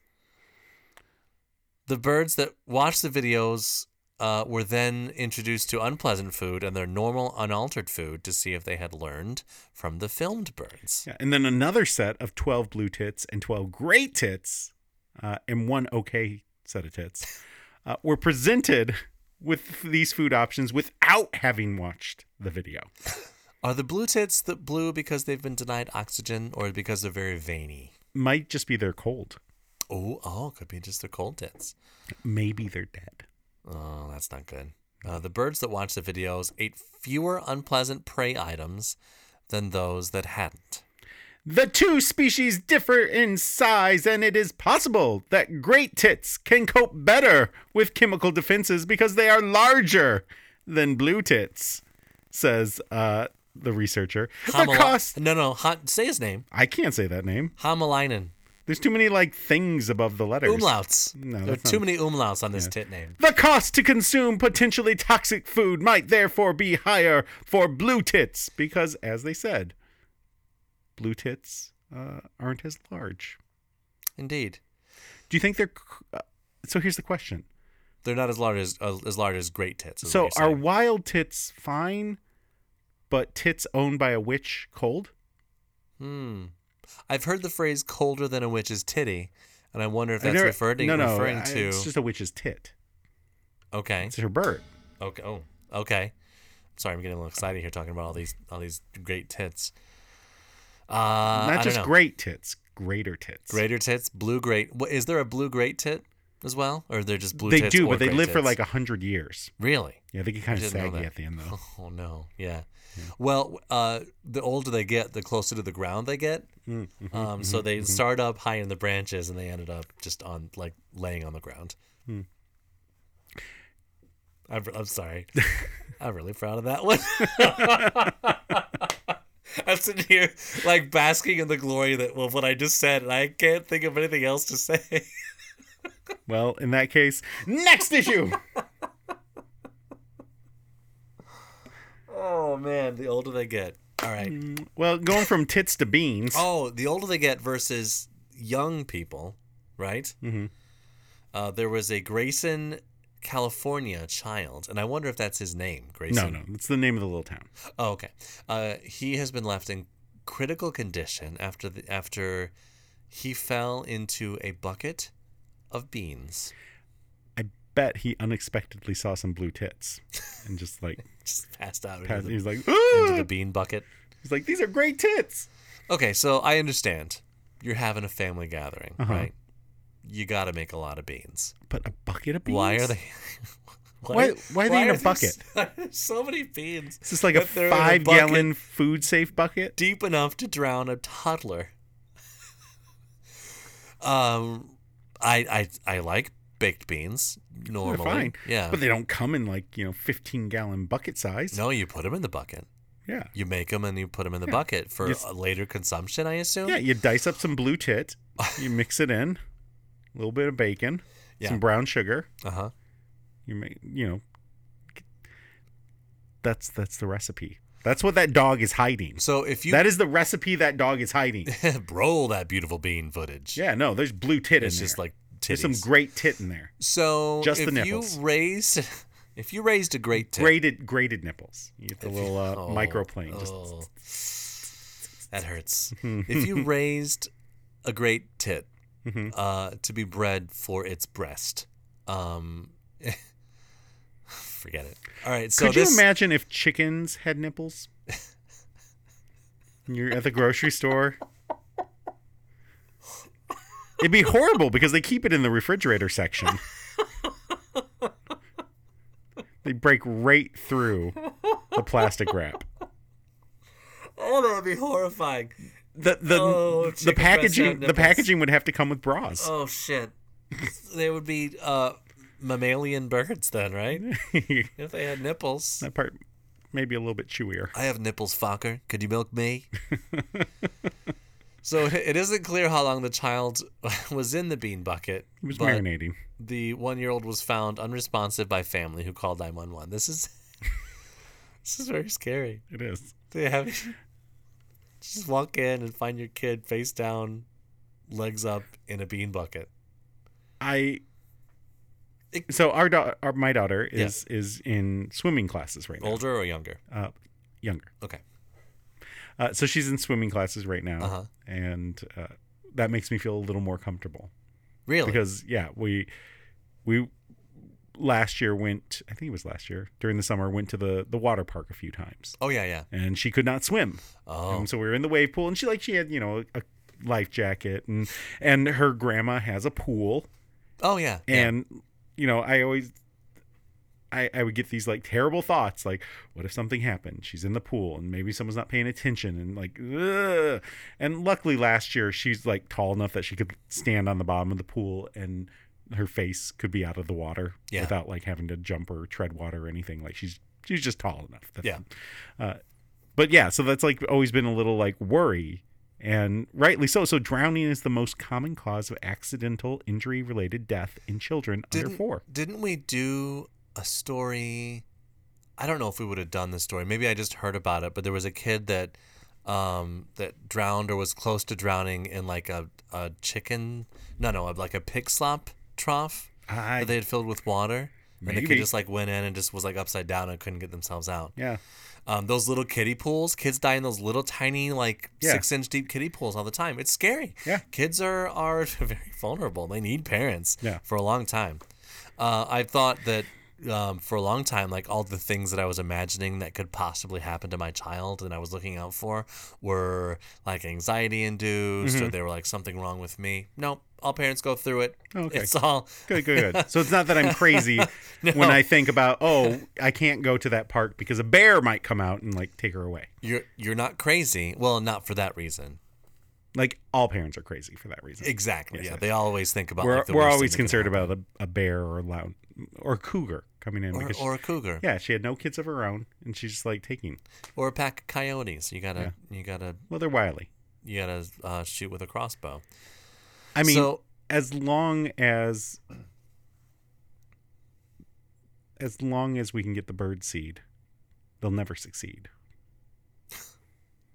Speaker 2: The birds that watched the videos uh, were then introduced to unpleasant food and their normal, unaltered food to see if they had learned from the filmed birds.
Speaker 1: yeah and then another set of 12 blue tits and 12 great tits uh, and one okay set of tits uh, were presented with these food options without having watched the video
Speaker 2: Are the blue tits the blue because they've been denied oxygen or because they're very veiny?
Speaker 1: might just be they're cold
Speaker 2: Oh, oh, could be just the cold tits.
Speaker 1: maybe they're dead
Speaker 2: Oh, that's not good. Uh, the birds that watched the videos ate fewer unpleasant prey items than those that hadn't.
Speaker 1: the two species differ in size and it is possible that great tits can cope better with chemical defenses because they are larger than blue tits says uh, the researcher the
Speaker 2: Hamala-
Speaker 1: cost
Speaker 2: No, no, ha- say his name.
Speaker 1: i can't say that name
Speaker 2: Hamalainen.
Speaker 1: There's too many like things above the letters.
Speaker 2: Umlauts.
Speaker 1: No,
Speaker 2: there are
Speaker 1: that's
Speaker 2: too
Speaker 1: not-
Speaker 2: many umlauts on this tit name.
Speaker 1: The cost to consume potentially toxic food might therefore be higher for blue tits because, as they said, blue tits uh, aren't as large.
Speaker 2: Indeed,
Speaker 1: Do you think they're? c- Uh, so here's the question:
Speaker 2: they're not as large as uh, as large as great tits. is
Speaker 1: So
Speaker 2: what you're
Speaker 1: are
Speaker 2: saying.
Speaker 1: wild tits fine, but tits owned by a witch cold?
Speaker 2: Hmm. I've heard the phrase "colder than a witch's titty," and I wonder if
Speaker 1: I've
Speaker 2: that's
Speaker 1: never-
Speaker 2: referred to,
Speaker 1: no, no,
Speaker 2: referring
Speaker 1: I-
Speaker 2: to.
Speaker 1: It's just a witch's tit.
Speaker 2: okay.
Speaker 1: It's her bird.
Speaker 2: Okay. Oh. Okay. Sorry, I'm getting a little excited here talking about all these all these great tits. Uh, I
Speaker 1: Not
Speaker 2: don't
Speaker 1: just
Speaker 2: know.
Speaker 1: great tits, greater tits.
Speaker 2: Greater tits, blue great. What, is there a blue great tit as well, or they're just blue?
Speaker 1: they
Speaker 2: tits
Speaker 1: do,
Speaker 2: or
Speaker 1: but they
Speaker 2: great
Speaker 1: live for
Speaker 2: tits?
Speaker 1: like a hundred years.
Speaker 2: really.
Speaker 1: Yeah, they get kind of
Speaker 2: didn't know
Speaker 1: saggy
Speaker 2: that.
Speaker 1: at the end though.
Speaker 2: Oh no, yeah. Well, uh, the older they get, the closer to the ground they get. um, so they start up high in the branches, and they ended up just on like laying on the ground. I'm, I'm sorry. I'm really proud of that one. I'm sitting here like basking in the glory that of what I just said, and I can't think of anything else to say.
Speaker 1: Well, in that case, next issue.
Speaker 2: oh man, Hmm. the older they get. All right.
Speaker 1: Well, going from tits to beans.
Speaker 2: Oh, the older they get versus young people, right? Mm-hmm. Uh, there was a Grayson, California child, and I wonder if that's his name,
Speaker 1: no,
Speaker 2: Grayson.
Speaker 1: no, it's the name of the little town.
Speaker 2: Oh, okay. Uh, he has been left in critical condition after the after he fell into a bucket of beans.
Speaker 1: I bet he unexpectedly saw some blue tits and just like
Speaker 2: Just passed out into
Speaker 1: passed,
Speaker 2: the,
Speaker 1: he was like,
Speaker 2: into the
Speaker 1: Ooh!
Speaker 2: bean bucket.
Speaker 1: he's like, these are great tits.
Speaker 2: Okay, so I understand. You're having a family gathering,
Speaker 1: Uh-huh.
Speaker 2: right? You got to make a lot of beans.
Speaker 1: But a bucket of beans.
Speaker 2: Why are they?
Speaker 1: Why- why are they in a bucket?
Speaker 2: there s- so many beans.
Speaker 1: It's just like a
Speaker 2: that they're in bucket
Speaker 1: five-gallon food-safe bucket.
Speaker 2: deep enough to drown a toddler. um, I I I like baked beans
Speaker 1: They're
Speaker 2: normally.
Speaker 1: fine.
Speaker 2: Yeah.
Speaker 1: But they don't come in like you know, fifteen-gallon bucket size.
Speaker 2: no, you put them in the bucket.
Speaker 1: Yeah.
Speaker 2: You make them and you put them in the bucket for
Speaker 1: Yes.
Speaker 2: uh, later consumption, I assume.
Speaker 1: Yeah, you dice up some blue tit, you mix it in, a little bit of bacon,
Speaker 2: Yeah.
Speaker 1: some brown sugar.
Speaker 2: Uh huh.
Speaker 1: You make, you know, that's that's the recipe. That's what that dog is hiding.
Speaker 2: So if you
Speaker 1: that is the recipe that dog is hiding.
Speaker 2: roll that beautiful bean footage,
Speaker 1: yeah, no, there's blue tit in
Speaker 2: it's
Speaker 1: there.
Speaker 2: just like titties.
Speaker 1: there's some great tit in there.
Speaker 2: so
Speaker 1: just the
Speaker 2: if you
Speaker 1: nipples.
Speaker 2: raised if you raised a great tip,
Speaker 1: Grated grated nipples. You get the little uh, microplane. Just
Speaker 2: Just... Oh, That hurts. if you raised a great tit
Speaker 1: Mm-hmm.
Speaker 2: uh, to be bred for its breast, um, forget it. All right, so
Speaker 1: Could
Speaker 2: this
Speaker 1: you imagine if chickens had nipples? You're at the grocery store. It'd be horrible because they keep it in the refrigerator section. They break right through the plastic wrap.
Speaker 2: oh, that would be horrifying.
Speaker 1: The the
Speaker 2: Oh,
Speaker 1: the
Speaker 2: chicken breasts have
Speaker 1: packaging the
Speaker 2: nipples.
Speaker 1: packaging would have to come with bras.
Speaker 2: Oh shit, they would be uh, mammalian birds then, right?
Speaker 1: that
Speaker 2: if they had nipples.
Speaker 1: part maybe a little bit chewier.
Speaker 2: I have nipples, Fokker. Could you milk me? so it isn't clear how long the child was in the bean bucket.
Speaker 1: It was
Speaker 2: but
Speaker 1: marinating.
Speaker 2: The one-year-old was found unresponsive by family who called 911. This is this is very scary.
Speaker 1: It is.
Speaker 2: They have just walk in and find your kid face down, legs up in a bean bucket.
Speaker 1: I.
Speaker 2: It-
Speaker 1: So our daughter, our, my daughter
Speaker 2: Yeah.
Speaker 1: is is in swimming classes right now.
Speaker 2: Older or younger?
Speaker 1: Uh, younger.
Speaker 2: Okay.
Speaker 1: Uh, so she's in swimming classes right now,
Speaker 2: Uh-huh.
Speaker 1: and uh, that makes me feel a little more comfortable
Speaker 2: Really?
Speaker 1: because yeah, we we last year went. I think it was last year during the summer went to the the water park a few times,
Speaker 2: oh yeah, yeah.
Speaker 1: and she could not swim.
Speaker 2: Oh,
Speaker 1: And so we were in the wave pool, and she like she had you know a life jacket, and and her grandma has a pool,
Speaker 2: oh yeah. yeah.
Speaker 1: and you know i always I, I would get these like terrible thoughts like what if something happened she's in the pool and maybe someone's not paying attention and like ugh. and luckily last year she's like tall enough that she could stand on the bottom of the pool and her face could be out of the water
Speaker 2: Yeah.
Speaker 1: without like having to jump or tread water or anything like she's she's just tall enough that,
Speaker 2: Yeah.
Speaker 1: uh, but yeah so that's like always been a little like worry And rightly so. So drowning is the most common cause of accidental injury related death in children under
Speaker 2: Didn't,
Speaker 1: four.
Speaker 2: didn't we do a story? I don't know if we would have done this story. Maybe I just heard about it, but there was a kid that um, that drowned or was close to drowning in like a, a chicken, no, no, like a pig slop trough
Speaker 1: I,
Speaker 2: that they had filled with water. And the
Speaker 1: Maybe.
Speaker 2: kid just like went in and just was like upside down and couldn't get themselves out.
Speaker 1: yeah.
Speaker 2: Um, those little kiddie pools, kids die in those little tiny, like
Speaker 1: Yeah.
Speaker 2: six inch deep kiddie pools all the time. It's scary.
Speaker 1: Yeah.
Speaker 2: Kids are, are very vulnerable. They need parents
Speaker 1: Yeah.
Speaker 2: for a long time. Uh, I thought that um, for a long time, like all the things that I was imagining that could possibly happen to my child and I was looking out for were like anxiety induced
Speaker 1: Mm-hmm.
Speaker 2: or they were like something wrong with me. Nope. All parents go through it.
Speaker 1: Okay.
Speaker 2: It's all
Speaker 1: Good, good, good. So it's not that I'm crazy when I think about, oh, I can't go to that park because a bear might come out and like take her away.
Speaker 2: you're you're not crazy. Well, not for that reason.
Speaker 1: Like all parents are crazy for that reason.
Speaker 2: Exactly.
Speaker 1: Yes,
Speaker 2: yeah.
Speaker 1: yes.
Speaker 2: They always think about
Speaker 1: we're
Speaker 2: like, the
Speaker 1: we're
Speaker 2: worst
Speaker 1: always
Speaker 2: thing that could
Speaker 1: concerned
Speaker 2: happen.
Speaker 1: about a, a bear or a loud or a cougar coming in
Speaker 2: or,
Speaker 1: because she-
Speaker 2: or a cougar
Speaker 1: yeah, she had no kids of her own and she's just like taking.
Speaker 2: or a pack of coyotes. You gotta you gotta
Speaker 1: Well, they're wily.
Speaker 2: you gotta uh, shoot with a crossbow.
Speaker 1: I mean,
Speaker 2: so
Speaker 1: as long as as long as we can get the bird seed, they'll never succeed.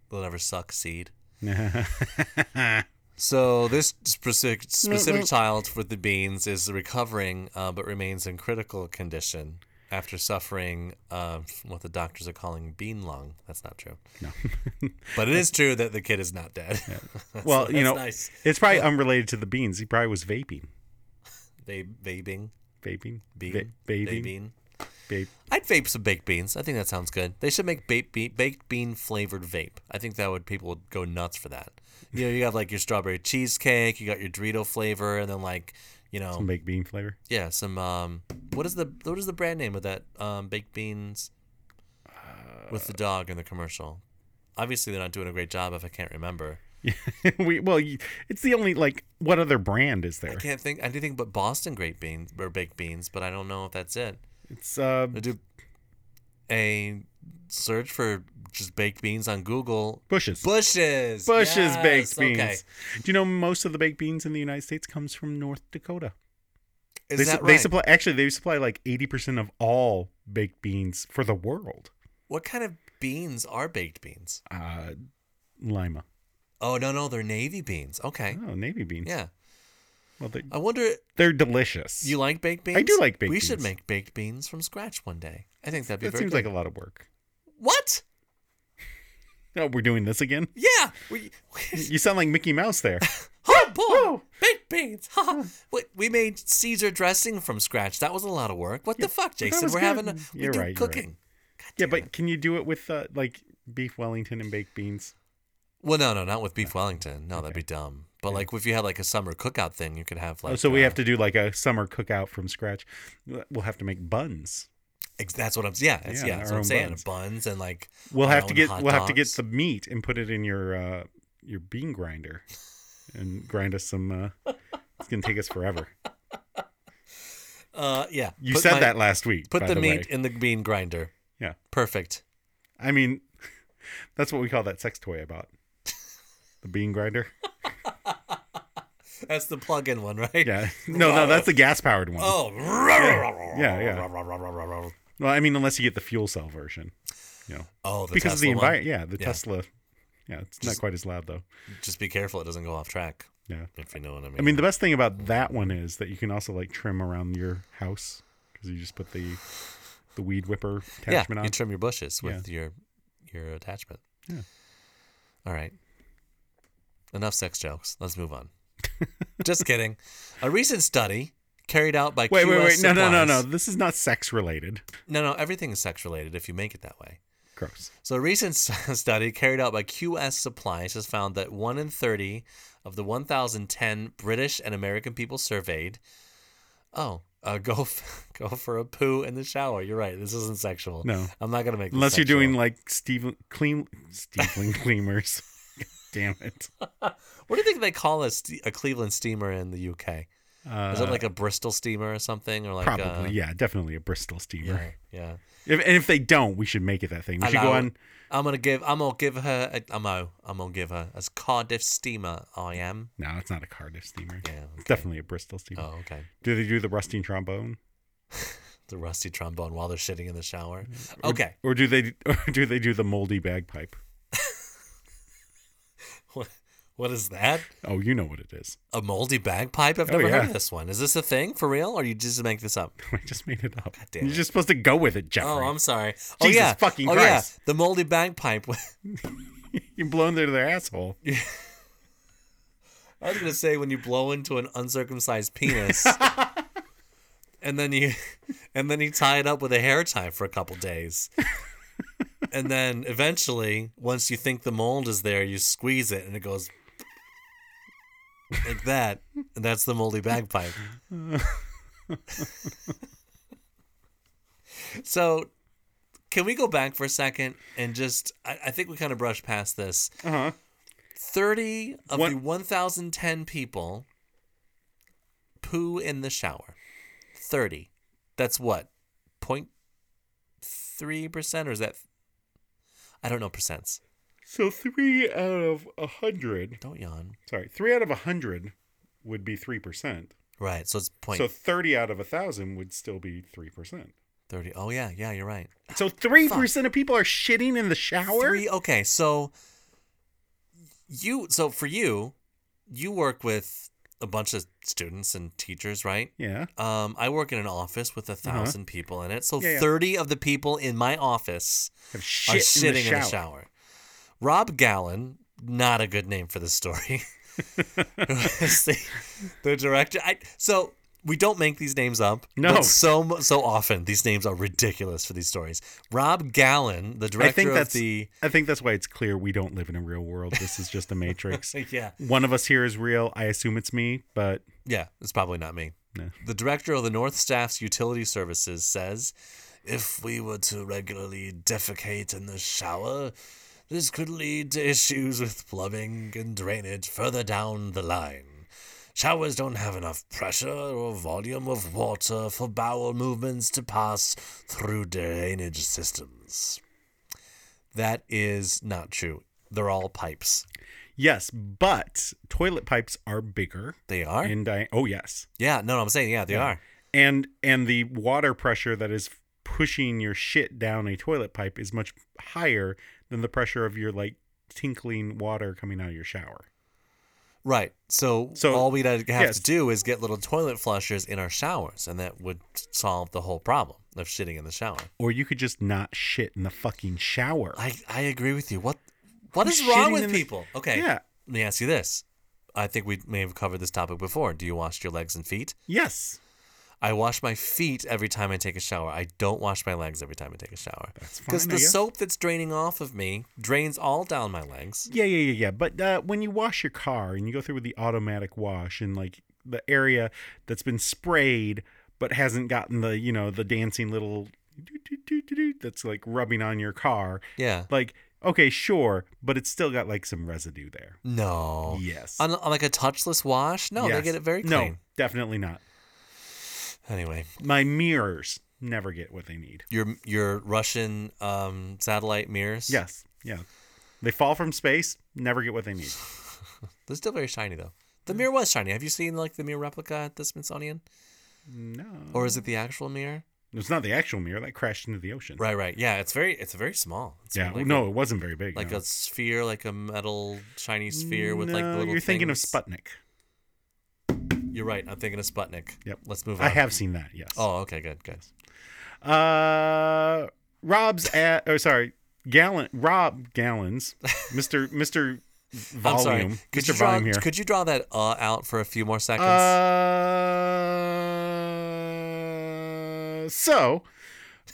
Speaker 2: they'll never suck seed.
Speaker 1: yeah.
Speaker 2: So this specific specific child with the beans is recovering, uh, but remains in critical condition after suffering uh, what the doctors are calling bean lung. That's not true. No, but it is true that the kid is not dead.
Speaker 1: Well,
Speaker 2: So
Speaker 1: you know,
Speaker 2: that's nice.
Speaker 1: it's probably unrelated to the beans. He probably was vaping,
Speaker 2: They vaping
Speaker 1: vaping,
Speaker 2: bean
Speaker 1: Va-
Speaker 2: They
Speaker 1: vaping,
Speaker 2: bean.
Speaker 1: vape.
Speaker 2: I'd vape some baked beans. I think that sounds good. They should make baked bean, baked bean flavored vape. I think that would people would go nuts for that. You know, you have like your strawberry cheesecake, you got your Dorito flavor, and then like you know,
Speaker 1: Some baked bean flavor.
Speaker 2: yeah, some um, what is the what is the brand name of that um baked beans with the dog in the commercial? Obviously, they're not doing a great job if I can't remember.
Speaker 1: we well, you- it's the only like what other brand is
Speaker 2: I
Speaker 1: there?
Speaker 2: can't think anything but Boston Great Beans or baked beans, but I don't know if that's it.
Speaker 1: It's uh,
Speaker 2: I do a search for just baked beans on Google.
Speaker 1: bushes.
Speaker 2: Bushes.
Speaker 1: Bushes baked
Speaker 2: Yes,
Speaker 1: beans.
Speaker 2: Okay.
Speaker 1: Do you know most of the baked beans in the United States comes from North Dakota?
Speaker 2: Is
Speaker 1: they, su-
Speaker 2: that right?
Speaker 1: they supply actually they supply like eighty percent of all baked beans for the world.
Speaker 2: what kind of beans are baked beans?
Speaker 1: Uh, Lima.
Speaker 2: Oh no no, they're navy beans. Okay.
Speaker 1: Oh, navy beans.
Speaker 2: Yeah.
Speaker 1: Well, they,
Speaker 2: I wonder
Speaker 1: they're delicious.
Speaker 2: you like baked beans?
Speaker 1: I do like baked
Speaker 2: We should
Speaker 1: beans.
Speaker 2: make baked beans from scratch one day. I think that'd be
Speaker 1: That
Speaker 2: very
Speaker 1: seems like
Speaker 2: good.
Speaker 1: a lot of work.
Speaker 2: What?
Speaker 1: Oh, we're doing this again.
Speaker 2: Yeah. We,
Speaker 1: You sound like Mickey Mouse there.
Speaker 2: oh boy. Baked beans. Ha, ha. What we made Caesar dressing from scratch. That was a lot of work. What the fuck,
Speaker 1: that
Speaker 2: Jason?
Speaker 1: was
Speaker 2: We're
Speaker 1: good.
Speaker 2: having a, we
Speaker 1: You're
Speaker 2: do
Speaker 1: right, you're right.
Speaker 2: cooking.
Speaker 1: yeah, but can you do it with uh, like beef Wellington and baked beans?
Speaker 2: Well, no, no, not with beef Wellington. No, that'd be dumb. But like, if you had like a summer cookout thing, you could have like.
Speaker 1: oh, so we
Speaker 2: uh,
Speaker 1: have to do like a summer cookout from scratch. We'll have to make buns.
Speaker 2: Ex- that's what I'm. Yeah, that's,
Speaker 1: Yeah,
Speaker 2: yeah, that's
Speaker 1: our own
Speaker 2: what I'm saying.
Speaker 1: buns.
Speaker 2: Buns. and like.
Speaker 1: We'll
Speaker 2: our
Speaker 1: have to
Speaker 2: own
Speaker 1: get
Speaker 2: hot
Speaker 1: we'll have to get
Speaker 2: dogs.
Speaker 1: the meat and put it in your uh, your bean grinder, and grind us some. Uh, it's gonna take us forever.
Speaker 2: Uh, yeah.
Speaker 1: You
Speaker 2: Put
Speaker 1: said
Speaker 2: my-
Speaker 1: that last week.
Speaker 2: Put
Speaker 1: by
Speaker 2: the,
Speaker 1: the
Speaker 2: meat
Speaker 1: way.
Speaker 2: in the bean grinder.
Speaker 1: Yeah.
Speaker 2: Perfect.
Speaker 1: I mean, that's what we call that sex toy about the bean grinder.
Speaker 2: That's the plug-in one, right?
Speaker 1: Yeah. No, no, that's the gas powered one.
Speaker 2: Oh.
Speaker 1: Yeah, yeah. Well, I mean, unless you get the fuel cell version, you know,
Speaker 2: Oh, the
Speaker 1: because of the
Speaker 2: Tesla one?
Speaker 1: environment. Yeah, the
Speaker 2: Yeah.
Speaker 1: Tesla. Yeah, it's not quite as loud though.
Speaker 2: Just be careful; it doesn't go off track.
Speaker 1: Yeah.
Speaker 2: If you know what I mean.
Speaker 1: I mean, the best thing about that one is that you can also like trim around your house because you just put the the weed whipper
Speaker 2: yeah,
Speaker 1: attachment
Speaker 2: you
Speaker 1: on.
Speaker 2: trim your bushes with your your attachment.
Speaker 1: Yeah.
Speaker 2: All right. Enough sex jokes. Let's move on. Just kidding. A recent study carried out by
Speaker 1: wait,
Speaker 2: QS
Speaker 1: wait, wait! No, no, no, no!
Speaker 2: Supplies-
Speaker 1: This is not sex related.
Speaker 2: no, no. Everything is sex related if you make it that way.
Speaker 1: Gross.
Speaker 2: So, a recent s- study carried out by QS Supplies has found that 1 in 30 of the 1,010 British and American people surveyed. Oh, uh, go f- go for a poo in the shower. You're right. This isn't sexual.
Speaker 1: No.
Speaker 2: I'm not gonna make. This
Speaker 1: Unless you're doing
Speaker 2: sexual.
Speaker 1: like Steve Clean Steveling Cleamers. God Damn it!
Speaker 2: What do you think they call a, ste- a Cleveland steamer in the UK? Is it like a Bristol steamer or something, or like
Speaker 1: Uh, Probably,
Speaker 2: A,
Speaker 1: yeah, definitely a Bristol steamer.
Speaker 2: uh, yeah, yeah.
Speaker 1: If, and if they don't, we should make it that thing. We
Speaker 2: And
Speaker 1: should go
Speaker 2: I-
Speaker 1: on.
Speaker 2: I'm gonna give. I'm gonna give her. A, I'm gonna. I'm gonna give her as Cardiff steamer. I am.
Speaker 1: No, it's not a Cardiff steamer.
Speaker 2: Yeah,
Speaker 1: It's
Speaker 2: okay.
Speaker 1: definitely a Bristol steamer.
Speaker 2: Oh, okay.
Speaker 1: Do they do the rusty trombone?
Speaker 2: The rusty trombone while they're shitting in the shower. Okay.
Speaker 1: Mm-hmm. Or do they or do they do the moldy bagpipe?
Speaker 2: What, what is that?
Speaker 1: Oh, you know what it is.
Speaker 2: A moldy bagpipe? I've
Speaker 1: Oh,
Speaker 2: never heard
Speaker 1: yeah.
Speaker 2: of this one. Is this a thing for real, or you just make this up?
Speaker 1: I just made it up.
Speaker 2: damn
Speaker 1: You're
Speaker 2: it.
Speaker 1: just supposed to go with it, Jeffrey.
Speaker 2: Oh, I'm sorry. oh
Speaker 1: Jesus
Speaker 2: yeah.
Speaker 1: fucking
Speaker 2: oh
Speaker 1: Christ.
Speaker 2: yeah. The moldy bagpipe.
Speaker 1: you blow into their asshole.
Speaker 2: I was gonna say when you blow into an uncircumcised penis, and then you, and then you tie it up with a hair tie for a couple days, and then eventually, once you think the mold is there, you squeeze it and it goes like that, and that's the moldy bagpipe. so, can we go back for a second and just? I, I think we kind of brushed past this. 30 of
Speaker 1: One-
Speaker 2: the 1,010 people poo in the shower. 30. That's what? 0.3% or is that? I don't know percents.
Speaker 1: So three out of a hundred.
Speaker 2: Don't yawn.
Speaker 1: Sorry, three out of a hundred would be three percent.
Speaker 2: Right. So it's point
Speaker 1: So thirty out of a thousand would still be three percent.
Speaker 2: 30. Oh, yeah. Yeah, you're right.
Speaker 1: So three percent of people are shitting in the shower.
Speaker 2: Three. Okay. So you, so for you, you work with a bunch of students and teachers, right?
Speaker 1: Yeah.
Speaker 2: Um, I work in an office with a 1000 people in it. So
Speaker 1: Uh-huh. Yeah, yeah.
Speaker 2: 30 of the people in my office
Speaker 1: Have
Speaker 2: are
Speaker 1: shit
Speaker 2: shitting in the, shower. Rob Gallen, not a good name for this story. the, the director. I, so we don't make these names up.
Speaker 1: No.
Speaker 2: But so mu- so often these names are ridiculous for these stories. Rob Gallen, the director
Speaker 1: I think
Speaker 2: of
Speaker 1: that's
Speaker 2: the
Speaker 1: I think that's why it's clear we don't live in a real world. This is just a matrix.
Speaker 2: yeah
Speaker 1: One of us here is real. I assume it's me, but
Speaker 2: Yeah, it's probably not me.
Speaker 1: No.
Speaker 2: The director of the North Staff's utility services says if we were to regularly defecate in the shower, this could lead to issues with plumbing and drainage further down the line. Showers don't have enough pressure or volume of water for bowel movements to pass through drainage systems. That is not true. They're all pipes.
Speaker 1: yes, but toilet pipes are bigger.
Speaker 2: They are?
Speaker 1: And I oh yes.
Speaker 2: yeah, no, no, I'm saying, yeah, they are.
Speaker 1: and and the water pressure that is pushing your shit down a toilet pipe is much higher than the pressure of your like tinkling water coming out of your shower.
Speaker 2: Right. So,
Speaker 1: So-
Speaker 2: all we'd have
Speaker 1: yes.
Speaker 2: to do is get little toilet flushers in our showers, and that would solve the whole problem of shitting in the shower.
Speaker 1: Or you could just not shit in the fucking shower.
Speaker 2: I, I agree with you. What what is
Speaker 1: Shitting
Speaker 2: wrong with
Speaker 1: in the-
Speaker 2: people? Okay.
Speaker 1: Yeah.
Speaker 2: Let me ask you this. I think we may have covered this topic before. Do you wash your legs and feet?
Speaker 1: Yes.
Speaker 2: I wash my feet every time I take a shower. I don't wash my legs every time I take a shower.
Speaker 1: That's fine,
Speaker 2: Because
Speaker 1: I
Speaker 2: the
Speaker 1: guess.
Speaker 2: soap that's draining off of me drains all down my legs.
Speaker 1: Yeah, yeah, yeah, yeah. But uh, when you wash your car and you go through with the automatic wash and like the area that's been sprayed but hasn't gotten the you know the dancing little doo-doo-doo-doo-doo that's like rubbing on your car.
Speaker 2: Yeah.
Speaker 1: Like okay, sure, but it's still got like some residue there.
Speaker 2: No.
Speaker 1: Yes.
Speaker 2: Oh. On, on like a touchless wash? No, they
Speaker 1: Yes.
Speaker 2: get it very
Speaker 1: No,
Speaker 2: clean.
Speaker 1: definitely not.
Speaker 2: Anyway.
Speaker 1: My mirrors never get what they need.
Speaker 2: your your Russian um, satellite mirrors.
Speaker 1: Yes. Yeah. They fall from space, never get what they need.
Speaker 2: they're still very shiny though. The mirror was shiny. Have you seen like the mirror replica at the Smithsonian,
Speaker 1: No.
Speaker 2: or is it the actual mirror?
Speaker 1: It's not the actual mirror that crashed into the ocean.
Speaker 2: Right, right. Yeah, it's very it's very small. It's
Speaker 1: Yeah.
Speaker 2: like
Speaker 1: no,
Speaker 2: a,
Speaker 1: it wasn't very big.
Speaker 2: like
Speaker 1: no.
Speaker 2: a sphere, like a metal shiny sphere with like the
Speaker 1: No,
Speaker 2: little.
Speaker 1: You're thinking of
Speaker 2: things.
Speaker 1: Sputnik.
Speaker 2: You're right. I'm thinking of Sputnik.
Speaker 1: Yep.
Speaker 2: Let's move on.
Speaker 1: I have seen that. Yes.
Speaker 2: Oh, okay, good, good. Oh.
Speaker 1: Uh, Rob's at. Oh, sorry. Gallant. Rob Gallons. Mister. Mister. Volume.
Speaker 2: I'm sorry. Could
Speaker 1: Mister
Speaker 2: you draw?
Speaker 1: Volume here.
Speaker 2: Could you draw that uh out for a few more seconds?
Speaker 1: Uh, so,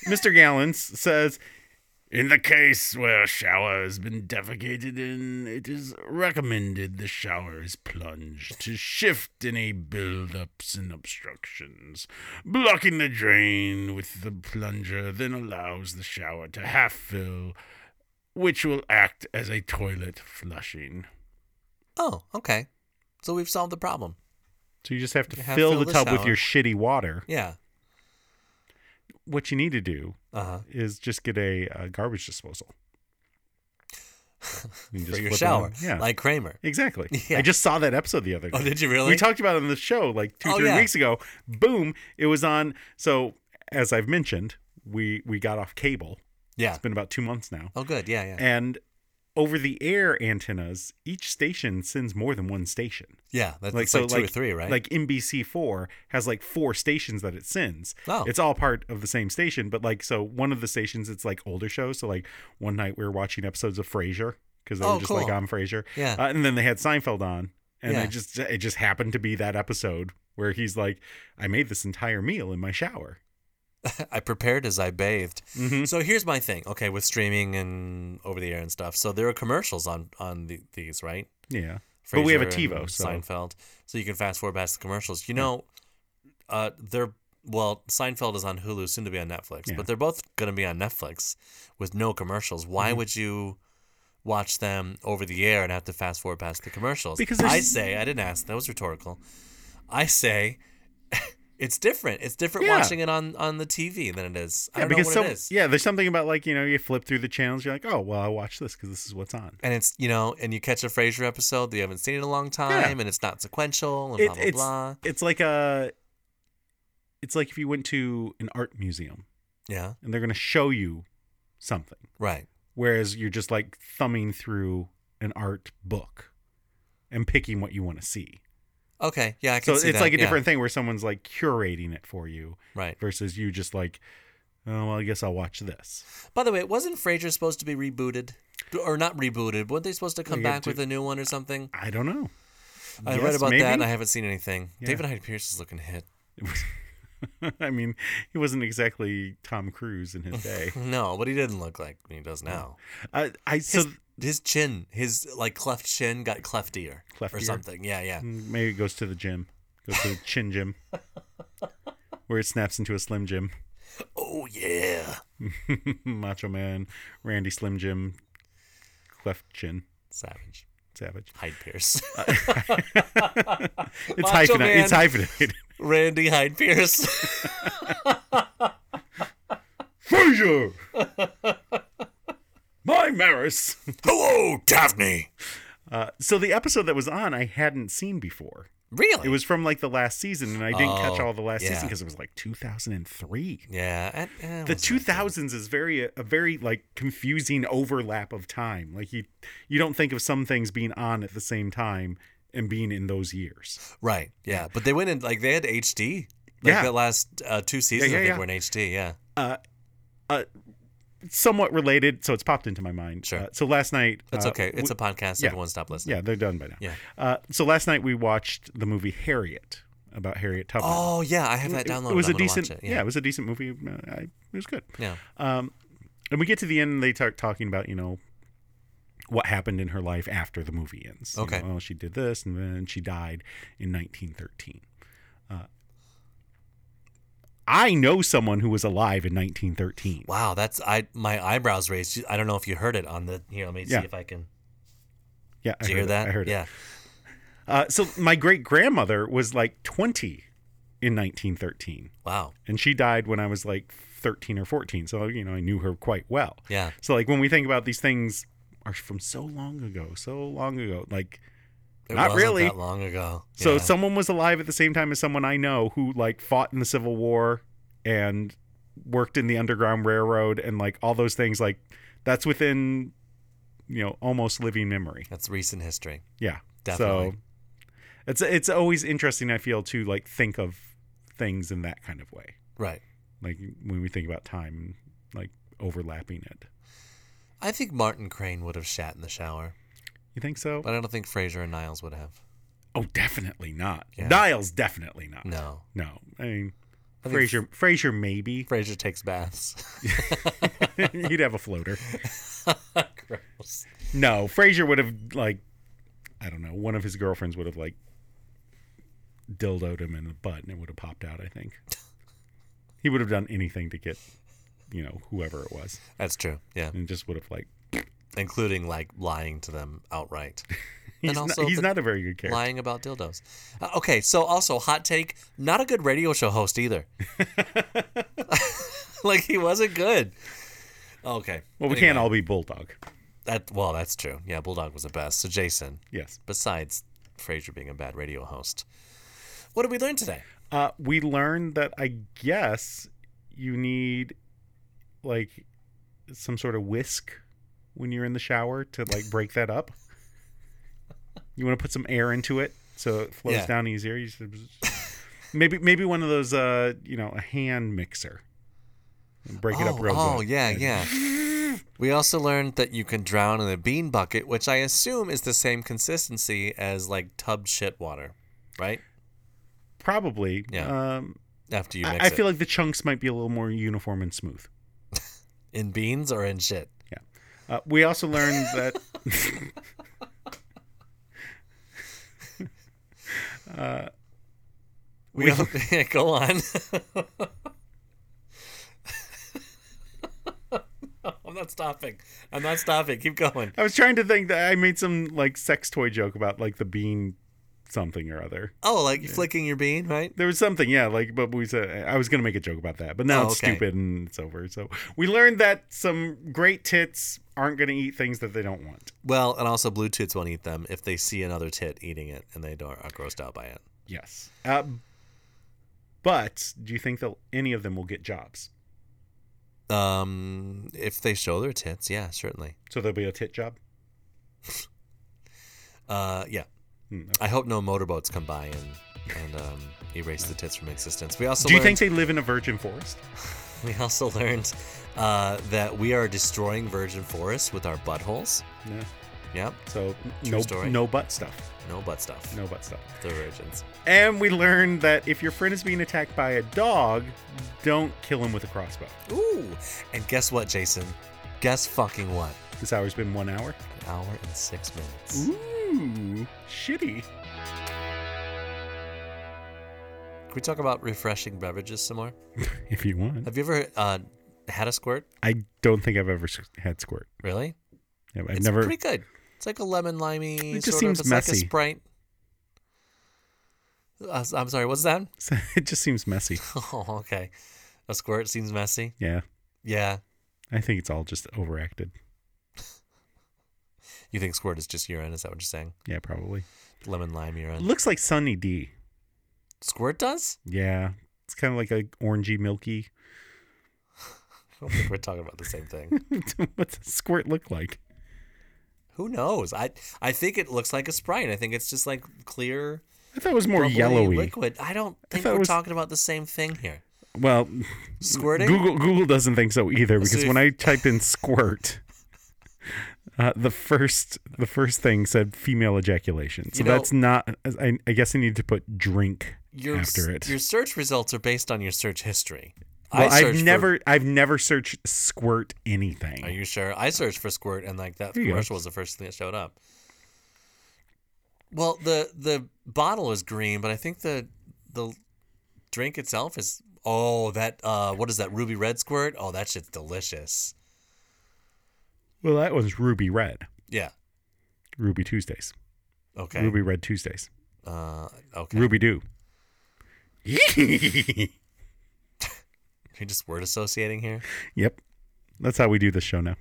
Speaker 1: Mr. Gallons says, in the case where a shower has been defecated in, it is recommended the shower is plunged to shift any buildups and obstructions. Blocking the drain with the plunger then allows the shower to half fill, which will act as a toilet flushing.
Speaker 2: oh, okay. So we've solved the problem.
Speaker 1: So you just have to
Speaker 2: You have
Speaker 1: fill,
Speaker 2: fill
Speaker 1: the,
Speaker 2: the
Speaker 1: tub with
Speaker 2: shower.
Speaker 1: your shitty water.
Speaker 2: Yeah.
Speaker 1: What you need to do
Speaker 2: Uh huh.
Speaker 1: is just get a, uh garbage disposal. You
Speaker 2: For
Speaker 1: just
Speaker 2: your
Speaker 1: flip it
Speaker 2: shower.
Speaker 1: on. Yeah.
Speaker 2: Like Kramer.
Speaker 1: Exactly.
Speaker 2: Yeah.
Speaker 1: I just saw that episode the other day.
Speaker 2: Oh, did you really?
Speaker 1: We talked about it on the show like two,
Speaker 2: Oh,
Speaker 1: three
Speaker 2: yeah.
Speaker 1: weeks ago. Boom. It was on. So, as I've mentioned, we we got off cable.
Speaker 2: yeah.
Speaker 1: It's been about two months now.
Speaker 2: Oh, good. Yeah, yeah.
Speaker 1: And over the air antennas, each station sends more than one station.
Speaker 2: Yeah. That's
Speaker 1: Like
Speaker 2: it's
Speaker 1: so,
Speaker 2: like, two
Speaker 1: like
Speaker 2: or three, right?
Speaker 1: Like NBC four has like four stations that it sends.
Speaker 2: Oh.
Speaker 1: it's all part of the same station. But like, so one of the stations, it's like older shows. So like one night we were watching episodes of Frasier because they
Speaker 2: Oh,
Speaker 1: were just
Speaker 2: cool.
Speaker 1: like on Frasier.
Speaker 2: Yeah.
Speaker 1: uh, and then they had Seinfeld on, and
Speaker 2: Yeah.
Speaker 1: it just it just happened to be that episode where he's like, I made this entire meal in my shower.
Speaker 2: I prepared as I bathed.
Speaker 1: Mm-hmm.
Speaker 2: So here's my thing. Okay, with streaming and over the air and stuff. So there are commercials on on the, these, right?
Speaker 1: Yeah, but we have a
Speaker 2: Frasier
Speaker 1: TiVo,
Speaker 2: and
Speaker 1: so
Speaker 2: Seinfeld. So you can fast forward past the commercials. You know, uh, they're well, Seinfeld is on Hulu, soon to be on Netflix,
Speaker 1: Yeah.
Speaker 2: but they're both going to be on Netflix with no commercials. Why
Speaker 1: Mm-hmm.
Speaker 2: would you watch them over the air and have to fast forward past the commercials?
Speaker 1: Because
Speaker 2: I
Speaker 1: there's-
Speaker 2: say I didn't ask. That was rhetorical. I say. It's different. It's different
Speaker 1: Yeah.
Speaker 2: watching it on, on the TV than it is. I
Speaker 1: yeah,
Speaker 2: don't know
Speaker 1: because
Speaker 2: what
Speaker 1: some,
Speaker 2: it is.
Speaker 1: yeah, there's something about like you know you flip through the channels, you're like, oh well, I watch this because this is what's on.
Speaker 2: and it's you know, and you catch a Frasier episode that you haven't seen in a long time, and it's not sequential, and
Speaker 1: It-
Speaker 2: blah blah
Speaker 1: it's
Speaker 2: blah.
Speaker 1: it's like a it's like if you went to an art museum
Speaker 2: Yeah,
Speaker 1: and they're going to show you something
Speaker 2: right.
Speaker 1: whereas you're just like thumbing through an art book and picking what you want to see
Speaker 2: Okay, yeah, I can
Speaker 1: so
Speaker 2: see
Speaker 1: it's
Speaker 2: that,
Speaker 1: like a
Speaker 2: yeah.
Speaker 1: different thing where someone's like curating it for you
Speaker 2: right.
Speaker 1: versus you just like oh well i guess i'll watch this
Speaker 2: By the way, wasn't Frasier supposed to be rebooted, or not rebooted? Weren't they supposed to come
Speaker 1: Yeah,
Speaker 2: back
Speaker 1: do-
Speaker 2: with a new one or something?
Speaker 1: i don't know
Speaker 2: I
Speaker 1: Yes,
Speaker 2: read about
Speaker 1: maybe?
Speaker 2: that, and I haven't seen anything.
Speaker 1: Yeah.
Speaker 2: David Hyde Pierce is looking hit.
Speaker 1: i mean he wasn't exactly tom cruise in his day
Speaker 2: No, but he didn't look like he does now.
Speaker 1: i, I so
Speaker 2: His, his chin, his like cleft chin, got cleftier, or
Speaker 1: Cleftier? Hmm.
Speaker 2: something. Yeah, yeah.
Speaker 1: Mm, Maybe it goes to the gym. Goes to the chin gym. Where it snaps into a Slim Jim.
Speaker 2: Oh yeah.
Speaker 1: Macho Man, Randy Slim Jim, Cleft Chin,
Speaker 2: Savage.
Speaker 1: Savage.
Speaker 2: Hyde Pierce.
Speaker 1: Uh, It's
Speaker 2: Macho
Speaker 1: hyphenated.
Speaker 2: Man.
Speaker 1: It's hyphenated.
Speaker 2: Randy Hyde Pierce.
Speaker 1: Frasier! My Maris!
Speaker 2: Hello, Daphne.
Speaker 1: Uh, so the episode that was on, I hadn't seen before.
Speaker 2: Really?
Speaker 1: It was from like the last season, and I didn't catch all the last
Speaker 2: Oh, yeah.
Speaker 1: season because it was like 2003.
Speaker 2: Yeah. and- and it
Speaker 1: the
Speaker 2: wasn't
Speaker 1: two thousands is very a very like confusing overlap of time. Like you you don't think of some things being on at the same time and being in those years.
Speaker 2: Right. Yeah. But they went in like they had HD. Like
Speaker 1: Yeah.
Speaker 2: The last uh, two seasons
Speaker 1: yeah,
Speaker 2: I think
Speaker 1: yeah. Uh,
Speaker 2: were in HD. Yeah.
Speaker 1: It's somewhat related, so it's popped into my mind.
Speaker 2: Sure.
Speaker 1: Uh, so last night,
Speaker 2: It's
Speaker 1: uh,
Speaker 2: okay. It's
Speaker 1: we-
Speaker 2: a podcast.
Speaker 1: yeah.
Speaker 2: Everyone stop listening.
Speaker 1: yeah, they're done by now.
Speaker 2: Yeah.
Speaker 1: Uh, so last night we watched the movie Harriet about Harriet Tubman.
Speaker 2: Oh yeah, I have that downloaded.
Speaker 1: it was
Speaker 2: I'm
Speaker 1: a
Speaker 2: gonna
Speaker 1: decent,
Speaker 2: watch it.
Speaker 1: yeah.
Speaker 2: Yeah.
Speaker 1: it was a decent movie. Uh, I, it was good.
Speaker 2: Yeah.
Speaker 1: Um, And we get to the end, and they start talking about, you know, what happened in her life after the movie ends. You
Speaker 2: Okay.
Speaker 1: know, well, she did this, and then she died in 1913. Uh, I know someone who was alive in 1913.
Speaker 2: Wow. That's I. My eyebrows raised. I don't know if you heard it on the. Here, let me
Speaker 1: Yeah.
Speaker 2: see if I can.
Speaker 1: Yeah, I
Speaker 2: Did you
Speaker 1: heard
Speaker 2: hear
Speaker 1: it.
Speaker 2: that?
Speaker 1: I heard
Speaker 2: yeah.
Speaker 1: it. Uh, so my great grandmother was like 20 in 1913,
Speaker 2: Wow.
Speaker 1: and she died when I was like 13 or 14. So you know, I knew her quite well.
Speaker 2: Yeah.
Speaker 1: So like when we think about these things are from so long ago, so long ago, like
Speaker 2: It
Speaker 1: Not
Speaker 2: wasn't
Speaker 1: really.
Speaker 2: That long ago.
Speaker 1: So
Speaker 2: Yeah.
Speaker 1: someone was alive at the same time as someone I know who like fought in the Civil War and worked in the Underground Railroad and like all those things. Like that's within you know almost living memory.
Speaker 2: That's recent history.
Speaker 1: Yeah,
Speaker 2: Definitely.
Speaker 1: So it's it's always interesting. I feel to like think of things in that kind of way.
Speaker 2: Right.
Speaker 1: Like when we think about time, like overlapping it.
Speaker 2: I think Martin Crane would have shat in the shower,
Speaker 1: You think so?
Speaker 2: but I don't think Fraser and Niles would have.
Speaker 1: Oh, definitely not.
Speaker 2: Yeah.
Speaker 1: Niles definitely not.
Speaker 2: No.
Speaker 1: no. I mean,
Speaker 2: I think
Speaker 1: Fraser. Fraser maybe.
Speaker 2: Fraser takes baths.
Speaker 1: He'd have a floater.
Speaker 2: Gross.
Speaker 1: No, Frazier would have like, I don't know, one of his girlfriends would have like dildoed him in the butt, and it would have popped out. I think he would have done anything to get, you know, whoever it was,
Speaker 2: That's true. Yeah.
Speaker 1: and just would have like,
Speaker 2: including like lying to them outright.
Speaker 1: He's,
Speaker 2: also
Speaker 1: not, he's
Speaker 2: the-
Speaker 1: not a very good character.
Speaker 2: lying about dildos. Uh, okay, so also hot take, not a good radio show host either. like he wasn't good. Okay.
Speaker 1: Well, we
Speaker 2: Anyway,
Speaker 1: can't all be Bulldog.
Speaker 2: That well, that's true. Yeah, Bulldog was the best. So Jason,
Speaker 1: Yes.
Speaker 2: besides Frasier being a bad radio host, what did we learn today?
Speaker 1: Uh, we learned that I guess you need like some sort of whisk when you're in the shower to like break that up. You want to put some air into it so it flows
Speaker 2: Yeah.
Speaker 1: down easier. You should, maybe maybe one of those uh you know a hand mixer. And break it up
Speaker 2: Oh,
Speaker 1: real
Speaker 2: oh,
Speaker 1: good.
Speaker 2: yeah,
Speaker 1: And-
Speaker 2: yeah. We also learned that you can drown in a bean bucket, which I assume is the same consistency as like tub shit water, right?
Speaker 1: Probably.
Speaker 2: Yeah.
Speaker 1: Um,
Speaker 2: After you
Speaker 1: I,
Speaker 2: mix
Speaker 1: I
Speaker 2: it
Speaker 1: feel like the chunks might be a little more uniform and smooth.
Speaker 2: in beans or in shit.
Speaker 1: Uh, we also learned that.
Speaker 2: We all, yeah, go on. I'm not stopping. I'm not stopping. Keep going.
Speaker 1: I was trying to think that I made some like sex toy joke about like the bean something or other.
Speaker 2: Oh, like flicking your bean, right?
Speaker 1: There was something, yeah, like but we said I was gonna make a joke about that, but now
Speaker 2: Oh,
Speaker 1: it's
Speaker 2: okay.
Speaker 1: stupid and it's over. So we learned that some great tits aren't gonna eat things that they don't want.
Speaker 2: Well, and also blue tits won't eat them if they see another tit eating it and they don't are grossed out by it.
Speaker 1: Yes. Uh, but do you think that any of them will get jobs?
Speaker 2: Um, if they show their tits, yeah, certainly.
Speaker 1: So there'll be a tit job.
Speaker 2: Uh, yeah.
Speaker 1: Hmm, okay.
Speaker 2: I hope no motorboats come by and and um, erase the tits from existence. We also
Speaker 1: Do you
Speaker 2: learned,
Speaker 1: think they live in a virgin forest?
Speaker 2: we also learned uh, that we are destroying virgin forests with our buttholes.
Speaker 1: No.
Speaker 2: Yep,
Speaker 1: So
Speaker 2: True
Speaker 1: no,
Speaker 2: story.
Speaker 1: no butt stuff.
Speaker 2: no butt stuff.
Speaker 1: No butt stuff.
Speaker 2: The virgins.
Speaker 1: And we learned that if your friend is being attacked by a dog, don't kill him with a crossbow.
Speaker 2: Ooh. And guess what, Jason? Guess fucking what?
Speaker 1: This hour's been one hour.
Speaker 2: An hour and six minutes.
Speaker 1: Ooh, shitty.
Speaker 2: Can we talk about refreshing beverages some more?
Speaker 1: If you want.
Speaker 2: Have you ever uh, had a squirt?
Speaker 1: I don't think I've ever s- had squirt.
Speaker 2: Really?
Speaker 1: I've I've
Speaker 2: it's
Speaker 1: never.
Speaker 2: pretty good. It's like a lemon limey.
Speaker 1: It just
Speaker 2: sort
Speaker 1: seems
Speaker 2: of, it's Like
Speaker 1: messy.
Speaker 2: a Sprite. Uh, I'm sorry. What's that?
Speaker 1: it just seems messy.
Speaker 2: Oh, okay. A squirt seems messy.
Speaker 1: Yeah,
Speaker 2: Yeah.
Speaker 1: I think it's all just overacted.
Speaker 2: You think squirt is just urine? Is that what you're saying?
Speaker 1: Yeah, probably.
Speaker 2: Lemon lime urine.
Speaker 1: Looks like Sunny D.
Speaker 2: Squirt does?
Speaker 1: Yeah, it's kind of like a orangey milky.
Speaker 2: I don't think we're talking about the same thing.
Speaker 1: What's a squirt look like?
Speaker 2: Who knows? I I think it looks like a Sprite. I think it's just like clear.
Speaker 1: I thought it was more
Speaker 2: bubbly
Speaker 1: yellowy.
Speaker 2: liquid. I don't think
Speaker 1: thought it
Speaker 2: we're
Speaker 1: was-
Speaker 2: talking about the same thing here.
Speaker 1: Well,
Speaker 2: Squirting.
Speaker 1: Google Google doesn't think so either because
Speaker 2: if-
Speaker 1: when I typed in squirt, uh, the first the first thing said female ejaculation. So
Speaker 2: You know-
Speaker 1: that's not. I, I guess I need to put drink
Speaker 2: Your s-
Speaker 1: after it.
Speaker 2: your search results are based on your search history.
Speaker 1: well,
Speaker 2: searched
Speaker 1: I've
Speaker 2: for-
Speaker 1: never I've never searched squirt anything.
Speaker 2: are you sure? I searched for squirt, and like that
Speaker 1: There you go.
Speaker 2: commercial was the first thing that showed up. Well, the the bottle is green, but I think the the drink itself is. Oh, that uh, what is that ruby red squirt? Oh, that shit's delicious.
Speaker 1: well, that one's ruby red,
Speaker 2: Yeah.
Speaker 1: Ruby Tuesdays,
Speaker 2: Okay.
Speaker 1: Ruby Red Tuesdays,
Speaker 2: Uh, okay.
Speaker 1: Ruby Doo.
Speaker 2: Are you just word associating here?
Speaker 1: yep, that's how we do this show now.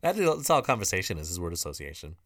Speaker 2: That is, that's all conversation is, is word association.